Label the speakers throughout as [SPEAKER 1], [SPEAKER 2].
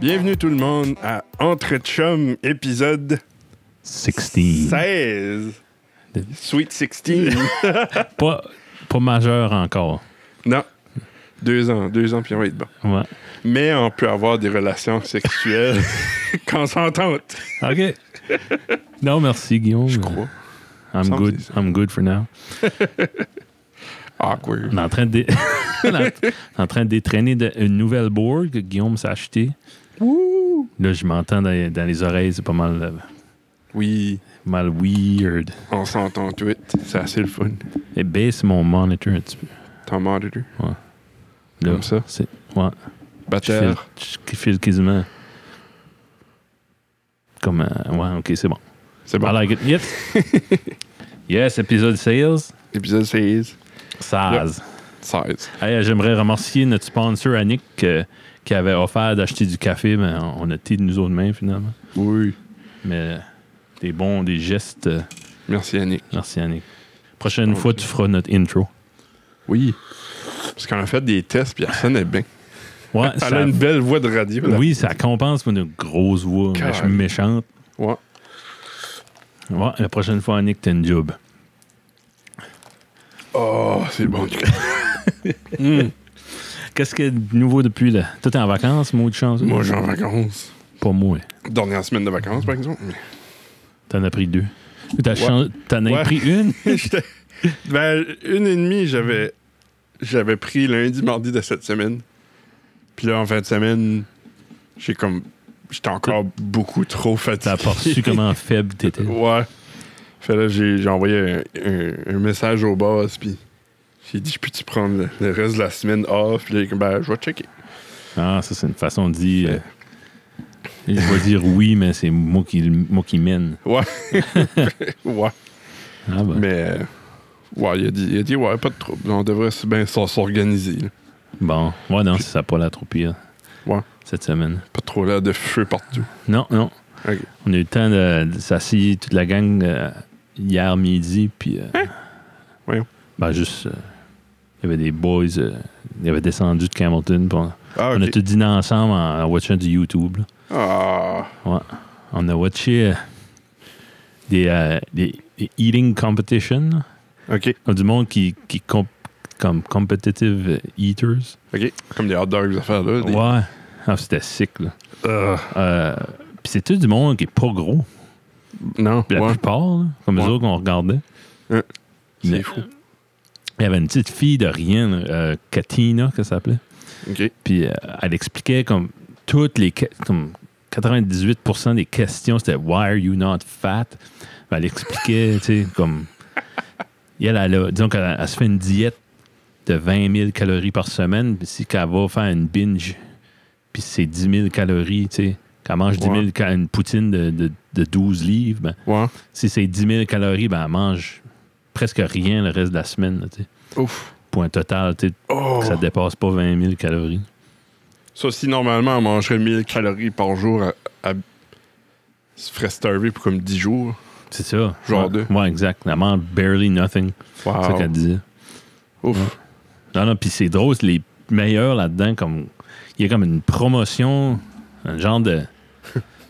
[SPEAKER 1] Bienvenue tout le monde à Entre Chum, épisode
[SPEAKER 2] 16.
[SPEAKER 1] 16. Sweet 16.
[SPEAKER 2] Pas, pas majeur encore.
[SPEAKER 1] non. Deux ans, deux ans, puis on va être bon.
[SPEAKER 2] Ouais.
[SPEAKER 1] Mais on peut avoir des relations sexuelles consentantes,
[SPEAKER 2] OK. non, merci, Guillaume.
[SPEAKER 1] je crois.
[SPEAKER 2] I'm
[SPEAKER 1] semble
[SPEAKER 2] good.
[SPEAKER 1] que c'est
[SPEAKER 2] I'm good for now. On
[SPEAKER 1] Awkward.
[SPEAKER 2] est en train de, dé- on est en train de détraîner de- une nouvelle board que Guillaume s'est achetée. Là, je m'entends dans, dans les oreilles. C'est pas mal, euh,
[SPEAKER 1] Oui,
[SPEAKER 2] mal weird.
[SPEAKER 1] on s'entend tout. C'est assez le fun.
[SPEAKER 2] Et baisse mon monitor un petit peu.
[SPEAKER 1] Ton monitor.
[SPEAKER 2] Là,
[SPEAKER 1] Comme ça?
[SPEAKER 2] C'est, ouais. Je file,
[SPEAKER 1] Batteur.
[SPEAKER 2] je file quasiment. Comme. euh, ouais, OK, c'est bon.
[SPEAKER 1] C'est bon.
[SPEAKER 2] I like it. Yes. yes, épisode 16.
[SPEAKER 1] Épisode 16.
[SPEAKER 2] 16.
[SPEAKER 1] 16.
[SPEAKER 2] Hey, j'aimerais remercier notre sponsor, Annick, euh, qui avait offert d'acheter du café, mais on on a été de nous autres mains, finalement.
[SPEAKER 1] Oui.
[SPEAKER 2] Mais euh, des bons, des gestes. euh,
[SPEAKER 1] Merci, Annick.
[SPEAKER 2] merci, Annick. Prochaine
[SPEAKER 1] Ok.
[SPEAKER 2] fois, tu feras notre intro.
[SPEAKER 1] Oui. Parce qu'on a fait des tests, puis elle sonnait bien.
[SPEAKER 2] Ouais,
[SPEAKER 1] Elle
[SPEAKER 2] ça-
[SPEAKER 1] a une belle voix de radio. là.
[SPEAKER 2] oui, ça compense pour une grosse voix mais je suis
[SPEAKER 1] Car-
[SPEAKER 2] méchante.
[SPEAKER 1] Ouais.
[SPEAKER 2] Ouais, la prochaine fois, Annick, t'as une job.
[SPEAKER 1] Oh, c'est bon.
[SPEAKER 2] Qu'est-ce qu'il y a de nouveau depuis là? Toi, t'es en vacances, mot de chance?
[SPEAKER 1] Moi, je suis en vacances.
[SPEAKER 2] Pas moi.
[SPEAKER 1] Dernière semaine de vacances, par exemple.
[SPEAKER 2] T'en as pris deux. T'as
[SPEAKER 1] Ouais.
[SPEAKER 2] chan- T'en as
[SPEAKER 1] Ouais.
[SPEAKER 2] pris une?
[SPEAKER 1] J'étais- ben, une et demie, j'avais, j'avais pris lundi, mardi de cette semaine. Puis là, en fin de semaine, j'ai comme. J'étais encore beaucoup trop
[SPEAKER 2] T'as
[SPEAKER 1] fatigué.
[SPEAKER 2] pas reçu comment faible t'étais.
[SPEAKER 1] Ouais. Fait là, j'ai, j'ai envoyé un, un- un message au boss, puis j'ai dit, je peux-tu prendre le, le reste de la semaine off? Puis là, il est comme, ben, je vais checker.
[SPEAKER 2] Ah, ça, c'est une façon de dire. euh, je vais dire oui, mais c'est moi qui, moi qui mène.
[SPEAKER 1] Ouais. ouais.
[SPEAKER 2] Ah, bah.
[SPEAKER 1] Mais, euh, ouais, il a dit, il a dit, ouais, pas de trouble. On devrait s- bien s'en- s'organiser. là.
[SPEAKER 2] Bon, ouais, non, ça n'a pas la trop pire.
[SPEAKER 1] Ouais.
[SPEAKER 2] Cette semaine.
[SPEAKER 1] Pas trop là de feu partout.
[SPEAKER 2] Non, non.
[SPEAKER 1] Ok.
[SPEAKER 2] On a eu le temps de, de s'asseoir toute la gang euh, hier midi, puis. euh,
[SPEAKER 1] Hein? Voyons.
[SPEAKER 2] Ben, juste. euh, Il y avait des boys. euh, ils avaient descendu de Camelton. puis on,
[SPEAKER 1] Ah,
[SPEAKER 2] on a
[SPEAKER 1] ok.
[SPEAKER 2] tout dîné ensemble en, en watchant du YouTube. là.
[SPEAKER 1] Ah,
[SPEAKER 2] On a watché euh, des, euh, des, des eating competitions. là.
[SPEAKER 1] ok.
[SPEAKER 2] Comme du monde qui, qui comp- comme competitive eaters.
[SPEAKER 1] Ok. Comme des hot dogs à faire là. des-
[SPEAKER 2] Ouais. Ah, c'était sick, là.
[SPEAKER 1] Euh,
[SPEAKER 2] Euh, Puis c'est tout du monde qui est pas gros.
[SPEAKER 1] non,
[SPEAKER 2] La
[SPEAKER 1] ouais,
[SPEAKER 2] plupart, là, comme
[SPEAKER 1] Ouais.
[SPEAKER 2] les autres qu'on regardait.
[SPEAKER 1] c'est
[SPEAKER 2] Mais-
[SPEAKER 1] fou.
[SPEAKER 2] Il y avait une petite fille de rien, là, euh, Katina, que ça s'appelait.
[SPEAKER 1] Ok.
[SPEAKER 2] Puis euh, elle expliquait comme toutes les. que- Comme 98% des questions, c'était Why are you not fat? Mais elle expliquait, tu sais, comme. Et Elle, elle a- disons qu'elle elle se fait une diète de 20 000 calories par semaine, puis si qu'elle va faire une binge, puis c'est 10 000 calories, tu sais, qu'elle mange 10 000
[SPEAKER 1] Ouais.
[SPEAKER 2] ca- une poutine de, de- de 12 livres, ben,
[SPEAKER 1] Ouais.
[SPEAKER 2] si c'est 10 000 calories, ben, elle mange presque rien le reste de la semaine, là, tu sais.
[SPEAKER 1] Ouf.
[SPEAKER 2] Pour un total, tu sais,
[SPEAKER 1] Oh.
[SPEAKER 2] que ça
[SPEAKER 1] Ça,
[SPEAKER 2] dépasse pas 20 000 calories.
[SPEAKER 1] si normalement on mangerait 1000 calories par jour, à, à- se ferait starver pour comme 10 jours.
[SPEAKER 2] C'est ça.
[SPEAKER 1] Genre
[SPEAKER 2] ouais.
[SPEAKER 1] deux. Ah, oh.
[SPEAKER 2] Ouais, exact. Elle mange barely nothing. C'est ça
[SPEAKER 1] Wow.
[SPEAKER 2] qu'elle disait.
[SPEAKER 1] Ouf.
[SPEAKER 2] Non, non, puis c'est drôle, c'est les meilleurs là-dedans, comme. Il y a comme une promotion, un genre de.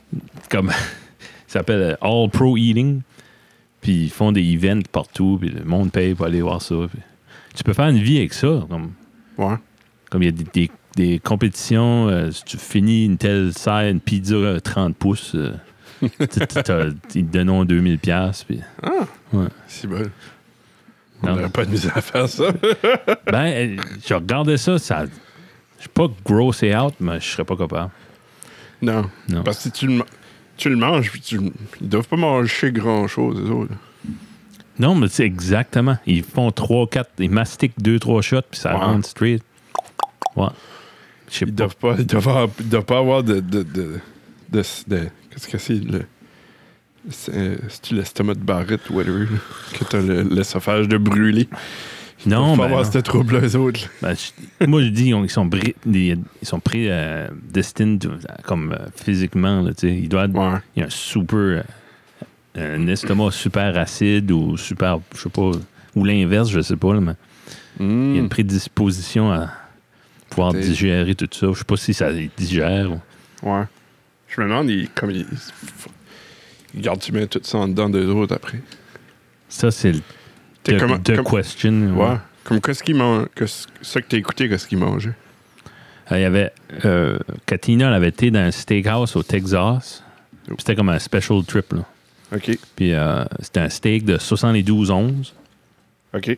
[SPEAKER 2] comme. ça s'appelle euh, All Pro Eating. Puis ils font des events partout, puis le monde paye pour aller voir ça. puis- Tu peux faire une vie avec ça. Comme
[SPEAKER 1] Ouais.
[SPEAKER 2] comme il y a des, des- des compétitions, euh, si tu finis une telle salle, une pizza euh, 30 pouces, euh, tu- tu- t'as- ils te donneront 2000$. piastres, Puis
[SPEAKER 1] C'est bon.
[SPEAKER 2] Non.
[SPEAKER 1] On n'aurait pas de misère à faire ça.
[SPEAKER 2] Ben, euh, je regardais ça, ça. Je suis pas gross et out, mais je serais pas capable.
[SPEAKER 1] non.
[SPEAKER 2] Non.
[SPEAKER 1] Parce que si tu le, ma- tu le manges, puis tu, ils doivent pas manger grand-chose, les autres.
[SPEAKER 2] Non, mais c'est exactement. Ils font 3, 4, ils mastiquent 2, 3 shots, puis ça
[SPEAKER 1] Ouais.
[SPEAKER 2] rentre straight. Ouais. Je sais
[SPEAKER 1] Ils
[SPEAKER 2] pas.
[SPEAKER 1] doivent pas, ils doivent avoir- ils doivent pas avoir de. de, de, de, de- Qu'est-ce que c'est le. C'est euh, c'est-tu l'estomac de Barrett ou whatever, là, que t'as le- l'œsophage de brûler.
[SPEAKER 2] Non,
[SPEAKER 1] Faut
[SPEAKER 2] ben,
[SPEAKER 1] avoir
[SPEAKER 2] non.
[SPEAKER 1] ce trouble les autres. là.
[SPEAKER 2] Ben, je- moi, je dis, ils ont- ils sont, bri- des- ils sont pris euh, destined, euh, comme euh, physiquement, là, tu sais. Ils doivent
[SPEAKER 1] Ouais.
[SPEAKER 2] il y a un super. euh, un estomac super acide ou super, je sais pas, Ou l'inverse, je sais pas, là, mais il y a
[SPEAKER 1] Mm.
[SPEAKER 2] une prédisposition à pouvoir
[SPEAKER 1] T'es-
[SPEAKER 2] digérer tout ça. Je sais pas si ça les digère. ou-
[SPEAKER 1] Ouais. Je me demande, il, comme il, il garde tu mets tout ça en dedans d'eux autres après.
[SPEAKER 2] Ça, c'est le
[SPEAKER 1] T'es
[SPEAKER 2] the-
[SPEAKER 1] comment-
[SPEAKER 2] the
[SPEAKER 1] comme-
[SPEAKER 2] question.
[SPEAKER 1] Ouais.
[SPEAKER 2] ouais.
[SPEAKER 1] Comme qu'est-ce qu'il mange, que ce ça que t'as écouté, qu'est-ce hein? qu'il mangeait.
[SPEAKER 2] Euh, Il y avait. euh, Katina, elle avait été dans un steakhouse au Texas.
[SPEAKER 1] Oh.
[SPEAKER 2] C'était comme un special trip, là.
[SPEAKER 1] Ok,
[SPEAKER 2] Puis euh, c'était un steak de 72 onces.
[SPEAKER 1] ok.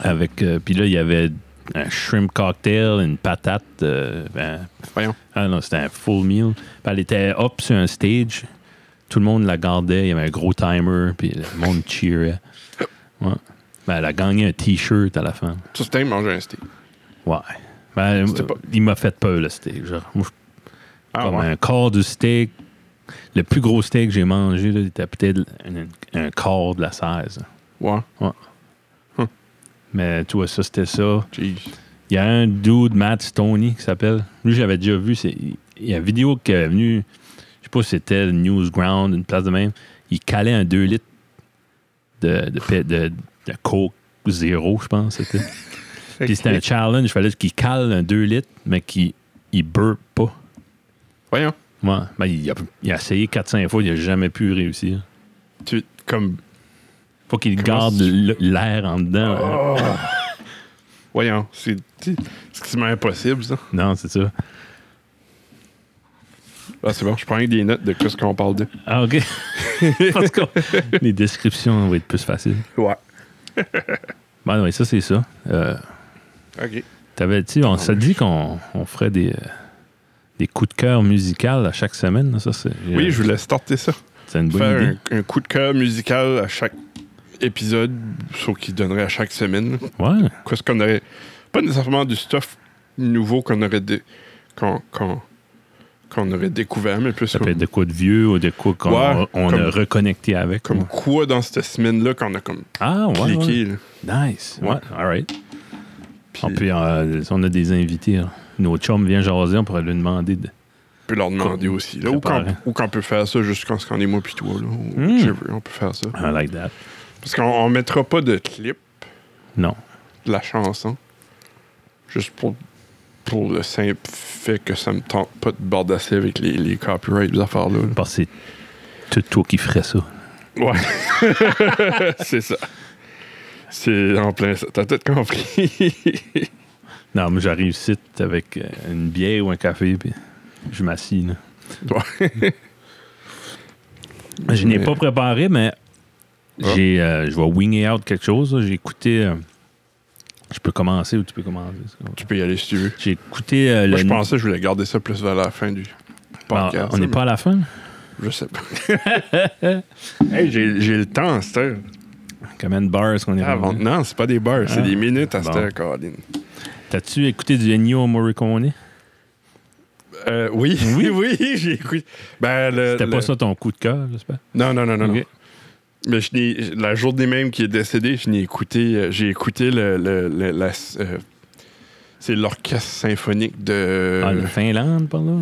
[SPEAKER 2] Avec, euh, puis là, il y avait un shrimp cocktail, une patate. euh, ben,
[SPEAKER 1] Voyons.
[SPEAKER 2] Ah non, c'était un full meal. Puis elle était up sur un stage. Tout le monde la gardait. Il y avait un gros timer. Puis le monde cheerait. Ouais. Ben, elle a gagné un T-shirt à la fin.
[SPEAKER 1] Tout ce temps, il mangeait un steak.
[SPEAKER 2] Ouais. Ben,
[SPEAKER 1] C'était
[SPEAKER 2] euh,
[SPEAKER 1] pas-
[SPEAKER 2] Il m'a fait peur, le steak. Genre, moi, je-
[SPEAKER 1] Ah
[SPEAKER 2] comme
[SPEAKER 1] ouais.
[SPEAKER 2] un quart du steak. Le plus gros steak que j'ai mangé, là, était peut-être un, un quart de la 16.
[SPEAKER 1] Ouais.
[SPEAKER 2] Mais tu vois, ça, c'était ça.
[SPEAKER 1] Jeez.
[SPEAKER 2] Il y a un dude, Matt Stoney, qui s'appelle. Lui, j'avais déjà vu. c'est- Il y a une vidéo qui est venue. Je sais pas si c'était le Newsground, une place de même. Il calait un 2 litres de, de, pe- de, de Coke zéro, je pense. C'était. Puis c'était un challenge. Il fallait qu'il cale un 2 litres, mais qu'il il burp pas.
[SPEAKER 1] Voyons.
[SPEAKER 2] Ouais. Ben, il, a, il a essayé 4-5 fois, il a jamais pu réussir.
[SPEAKER 1] Tu, comme.
[SPEAKER 2] Faut qu'il
[SPEAKER 1] Comment Oh!
[SPEAKER 2] garde
[SPEAKER 1] c'est-
[SPEAKER 2] le- l'air en dedans. hein.
[SPEAKER 1] Voyons. C'est c'est quasiment impossible, ça.
[SPEAKER 2] Non, c'est ça.
[SPEAKER 1] Ah, c'est bon, je prends des notes de ce qu'on parle de.
[SPEAKER 2] Ah, OK. Parce que les descriptions vont être plus faciles.
[SPEAKER 1] Ouais.
[SPEAKER 2] Ben oui, ça, c'est ça. Euh,
[SPEAKER 1] Ok.
[SPEAKER 2] t'avais, tu sais, on s'est dit qu'on on ferait des, euh, des coups de cœur musicaux à chaque semaine. là, Ça, c'est, euh,
[SPEAKER 1] Oui, je voulais starter ça.
[SPEAKER 2] C'est une bonne
[SPEAKER 1] Faire
[SPEAKER 2] idée.
[SPEAKER 1] un, un coup de cœur musical à chaque épisode, sauf qu'il donnerait à chaque semaine.
[SPEAKER 2] Ouais.
[SPEAKER 1] Qu'est-ce qu'on aurait. Pas nécessairement du stuff nouveau qu'on aurait, dé- qu'on, qu'on- qu'on aurait découvert, mais plus
[SPEAKER 2] Ça peut
[SPEAKER 1] comme,
[SPEAKER 2] être de quoi de vieux ou de quoi qu'on
[SPEAKER 1] Ouais,
[SPEAKER 2] on
[SPEAKER 1] comme-
[SPEAKER 2] a reconnecté avec.
[SPEAKER 1] comme
[SPEAKER 2] ouais.
[SPEAKER 1] quoi dans cette semaine-là qu'on a comme
[SPEAKER 2] Ah, ouais. ouais.
[SPEAKER 1] cliqué. là.
[SPEAKER 2] Nice. Ouais.
[SPEAKER 1] Ouais.
[SPEAKER 2] All right.
[SPEAKER 1] Puis
[SPEAKER 2] On, peut, euh, on a des invités. hein. Nos chums viennent jaser, on pourrait lui demander. De...
[SPEAKER 1] on peut leur demander aussi. Là, ou, qu'on,
[SPEAKER 2] Préparer.
[SPEAKER 1] ou qu'on peut faire ça juste quand on est moi puis toi. Là, ou
[SPEAKER 2] Hmm.
[SPEAKER 1] whichever, on peut faire ça.
[SPEAKER 2] I like that.
[SPEAKER 1] Parce qu'on on mettra pas de clip
[SPEAKER 2] Non.
[SPEAKER 1] de la chanson. Juste pour, pour le simple fait que ça me tente pas de bardasser avec les, les copyrights, les affaires-là. là.
[SPEAKER 2] Parce que c'est tout toi qui ferais ça.
[SPEAKER 1] Ouais. c'est ça. C'est en plein ça. T'as tout compris.
[SPEAKER 2] Non, mais j'arrive ici avec euh, une bière ou un café, puis je m'assis. là. Je n'ai
[SPEAKER 1] Mais-
[SPEAKER 2] pas préparé, mais
[SPEAKER 1] Ah.
[SPEAKER 2] j'ai, euh, je vais winger out quelque chose. là. J'ai écouté. euh, je peux commencer ou tu peux commencer? c'est quoi?
[SPEAKER 1] tu peux y aller si tu veux.
[SPEAKER 2] J'ai écouté euh, le.
[SPEAKER 1] Moi, je pensais que je voulais garder ça plus vers la fin du
[SPEAKER 2] Ah,
[SPEAKER 1] podcast.
[SPEAKER 2] on
[SPEAKER 1] là,
[SPEAKER 2] n'est pas à la fin?
[SPEAKER 1] mais Je sais pas. hey, j'ai j'ai le temps, c'est heure.
[SPEAKER 2] Combien de bars qu'on est
[SPEAKER 1] Ah,
[SPEAKER 2] rendu?
[SPEAKER 1] non, c'est pas des bars, c'est
[SPEAKER 2] Ah.
[SPEAKER 1] des minutes à
[SPEAKER 2] Bon.
[SPEAKER 1] cette heure, Colin.
[SPEAKER 2] T'as-tu écouté du Ennio Morricone?
[SPEAKER 1] Euh, oui, oui, oui, j'ai écouté. Ben, le-
[SPEAKER 2] C'était
[SPEAKER 1] le-
[SPEAKER 2] pas ça ton coup de cœur, j'espère?
[SPEAKER 1] Non, non, non, non.
[SPEAKER 2] Ok.
[SPEAKER 1] non. Mais je n'ai- la journée même qu'il est décédé, je n'ai écouté, euh, j'ai écouté le, le- le- la- euh, c'est l'orchestre symphonique de.
[SPEAKER 2] Ah, le Finlande, par là?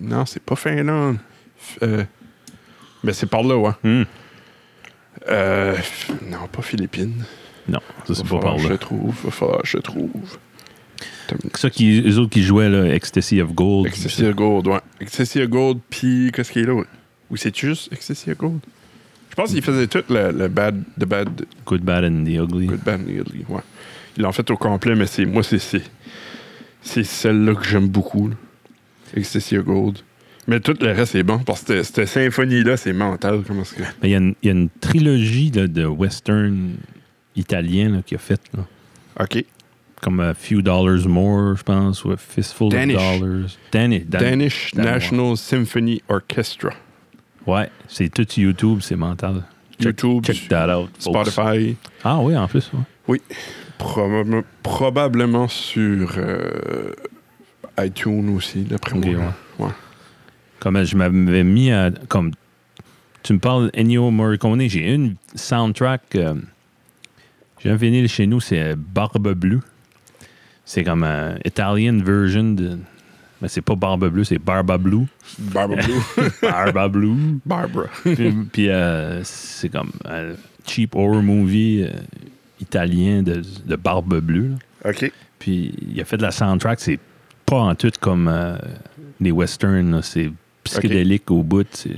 [SPEAKER 1] Non, c'est pas Finlande. F- euh, mais c'est par là, ouais.
[SPEAKER 2] Hmm.
[SPEAKER 1] Euh, f- non, pas Philippines.
[SPEAKER 2] Non, ça
[SPEAKER 1] Va
[SPEAKER 2] c'est pas
[SPEAKER 1] falloir
[SPEAKER 2] par
[SPEAKER 1] que Je
[SPEAKER 2] là.
[SPEAKER 1] trouve, va falloir que je trouve.
[SPEAKER 2] Ça qui, eux autres qui jouaient, là, Ecstasy of Gold.
[SPEAKER 1] Excessive Gold, ouais. Excessive Gold, puis qu'est-ce qu'il est là? Ou c'est juste Excessive Gold? Je pense qu'il faisait tout le, le bad, the bad,
[SPEAKER 2] Good, Bad and the Ugly.
[SPEAKER 1] good bad, nearly, ouais. Il en fait au complet, mais c'est moi, c'est c'est, c'est celle-là que j'aime beaucoup. là. Excessive Gold. Mais tout le reste est bon, parce que cette- cette symphonie-là, c'est mental. Comment est-ce que...
[SPEAKER 2] Mais il y a une- il y, a une trilogie là, de western italien là, qui a fait. là.
[SPEAKER 1] OK.
[SPEAKER 2] Comme A Few Dollars More, je pense, ou A Fistful
[SPEAKER 1] Danish.
[SPEAKER 2] of Dollars. Danish. Dan-
[SPEAKER 1] Danish
[SPEAKER 2] Dan-
[SPEAKER 1] National Symphony Orchestra.
[SPEAKER 2] Ouais, c'est tout sur YouTube, c'est mental. Check-
[SPEAKER 1] YouTube,
[SPEAKER 2] Check that out. folks.
[SPEAKER 1] Spotify.
[SPEAKER 2] Ah oui, en plus. ouais.
[SPEAKER 1] Probable- probablement sur euh, iTunes aussi, d'après
[SPEAKER 2] Ok,
[SPEAKER 1] moi.
[SPEAKER 2] ouais.
[SPEAKER 1] Ouais.
[SPEAKER 2] Comme je m'avais mis à. Comme, tu me parles Ennio Morricone, j'ai une soundtrack. euh, j'ai un vinyle chez nous, c'est euh, Barbe Bleue. C'est comme un Italian version de. Mais c'est pas Barbe Bleue, c'est Barba Blue.
[SPEAKER 1] Barbara Blue.
[SPEAKER 2] Barba Blue.
[SPEAKER 1] Barbara.
[SPEAKER 2] puis puis, euh, c'est comme un cheap horror movie euh, italien de, de barbe bleue. là.
[SPEAKER 1] OK.
[SPEAKER 2] Puis il a fait de la soundtrack, c'est pas en tout comme euh, les westerns, là. c'est psychédélique au bout. C'est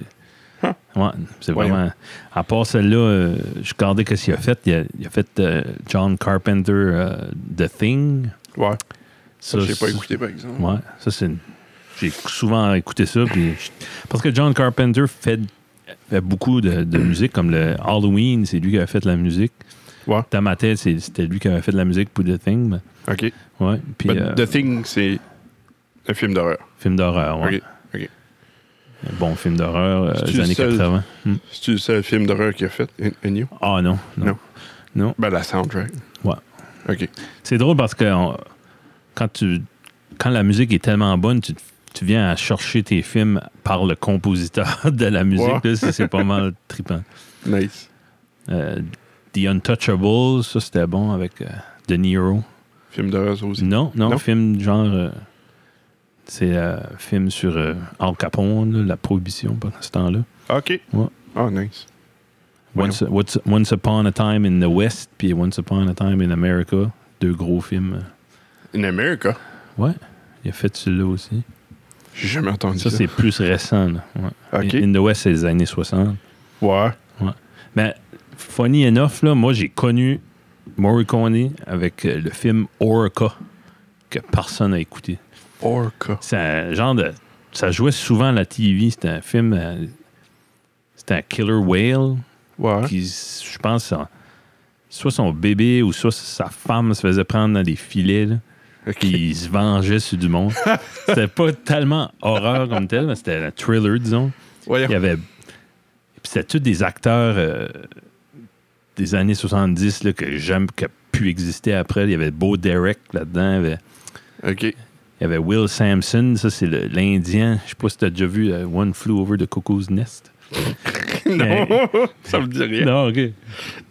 [SPEAKER 1] Huh.
[SPEAKER 2] Ouais, c'est
[SPEAKER 1] Voyons.
[SPEAKER 2] vraiment. À part celle-là, euh, je regardais qu'est-ce qu'il a fait. Il a, il a fait euh, John Carpenter euh, The Thing.
[SPEAKER 1] Ouais.
[SPEAKER 2] Ça,
[SPEAKER 1] Ça, j'ai pas
[SPEAKER 2] c'est-
[SPEAKER 1] écouté, par exemple.
[SPEAKER 2] Ouais, ça c'est. une- J'ai souvent écouté ça. puis je- Parce que John Carpenter fait, fait beaucoup de, de musique, comme le Halloween, c'est lui qui a fait de la musique.
[SPEAKER 1] Ouais.
[SPEAKER 2] Dans ma tête, c'est- c'était lui qui avait fait de la musique pour The Thing. mais-
[SPEAKER 1] OK.
[SPEAKER 2] Ouais. Puis,
[SPEAKER 1] But
[SPEAKER 2] euh,
[SPEAKER 1] Ben, The Thing, c'est un film d'horreur.
[SPEAKER 2] film d'horreur, ouais.
[SPEAKER 1] OK. OK.
[SPEAKER 2] Un Bon film d'horreur euh,
[SPEAKER 1] C'est-tu
[SPEAKER 2] des années
[SPEAKER 1] le seul-
[SPEAKER 2] 80. Hmm.
[SPEAKER 1] C'est-tu le seul film d'horreur qu'il a fait, Un- Ennio?
[SPEAKER 2] Ah non, non.
[SPEAKER 1] Non. Ben, la soundtrack.
[SPEAKER 2] Ouais.
[SPEAKER 1] OK.
[SPEAKER 2] C'est drôle parce que on- quand tu quand la musique est tellement bonne, tu, tu viens à chercher tes films par le compositeur de la musique.
[SPEAKER 1] Ouais.
[SPEAKER 2] là, c'est- c'est pas mal trippant.
[SPEAKER 1] Nice.
[SPEAKER 2] Euh, The Untouchables, ça c'était bon avec euh, De Niro.
[SPEAKER 1] Film d'horreur, ça aussi.
[SPEAKER 2] Non, non,
[SPEAKER 1] Non?
[SPEAKER 2] film genre. euh, c'est un film sur euh, Al Capone, là, la prohibition pendant ce temps-là.
[SPEAKER 1] OK.
[SPEAKER 2] Ouais.
[SPEAKER 1] Ah, nice. Voyons.
[SPEAKER 2] Once, What's- Once Upon a Time in the West, puis Once Upon a Time in America. Deux gros films.
[SPEAKER 1] In America?
[SPEAKER 2] Ouais, il a fait celui-là aussi.
[SPEAKER 1] J'ai jamais entendu ça.
[SPEAKER 2] Ça, c'est plus récent. là. Ouais.
[SPEAKER 1] OK.
[SPEAKER 2] In in the West, c'est les années 60.
[SPEAKER 1] Ouais.
[SPEAKER 2] Mais funny enough, là, moi, j'ai connu Morricone avec euh, le film Orca, que personne n'a écouté.
[SPEAKER 1] Orca.
[SPEAKER 2] C'est un genre de. Ça jouait souvent à la TV. C'était un film. euh, C'était un killer whale.
[SPEAKER 1] Ouais.
[SPEAKER 2] qui, je pense, son- soit son bébé ou soit sa femme se faisait prendre dans des filets, là,
[SPEAKER 1] OK.
[SPEAKER 2] puis il se vengeait sur du monde. c'était pas tellement horreur comme tel, mais c'était un thriller, disons.
[SPEAKER 1] Voyons.
[SPEAKER 2] Il y avait. Puis c'était tous des acteurs euh, des années 70 là, que j'aime, qui a pu exister après. Il y avait Beau Derek là-dedans. Il y avait,
[SPEAKER 1] OK.
[SPEAKER 2] il y avait Will Sampson, ça c'est le- l'Indien. Je sais pas si t'as déjà vu euh, One Flew Over the Cuckoo's Nest.
[SPEAKER 1] non, ça me dit rien.
[SPEAKER 2] Non, ok.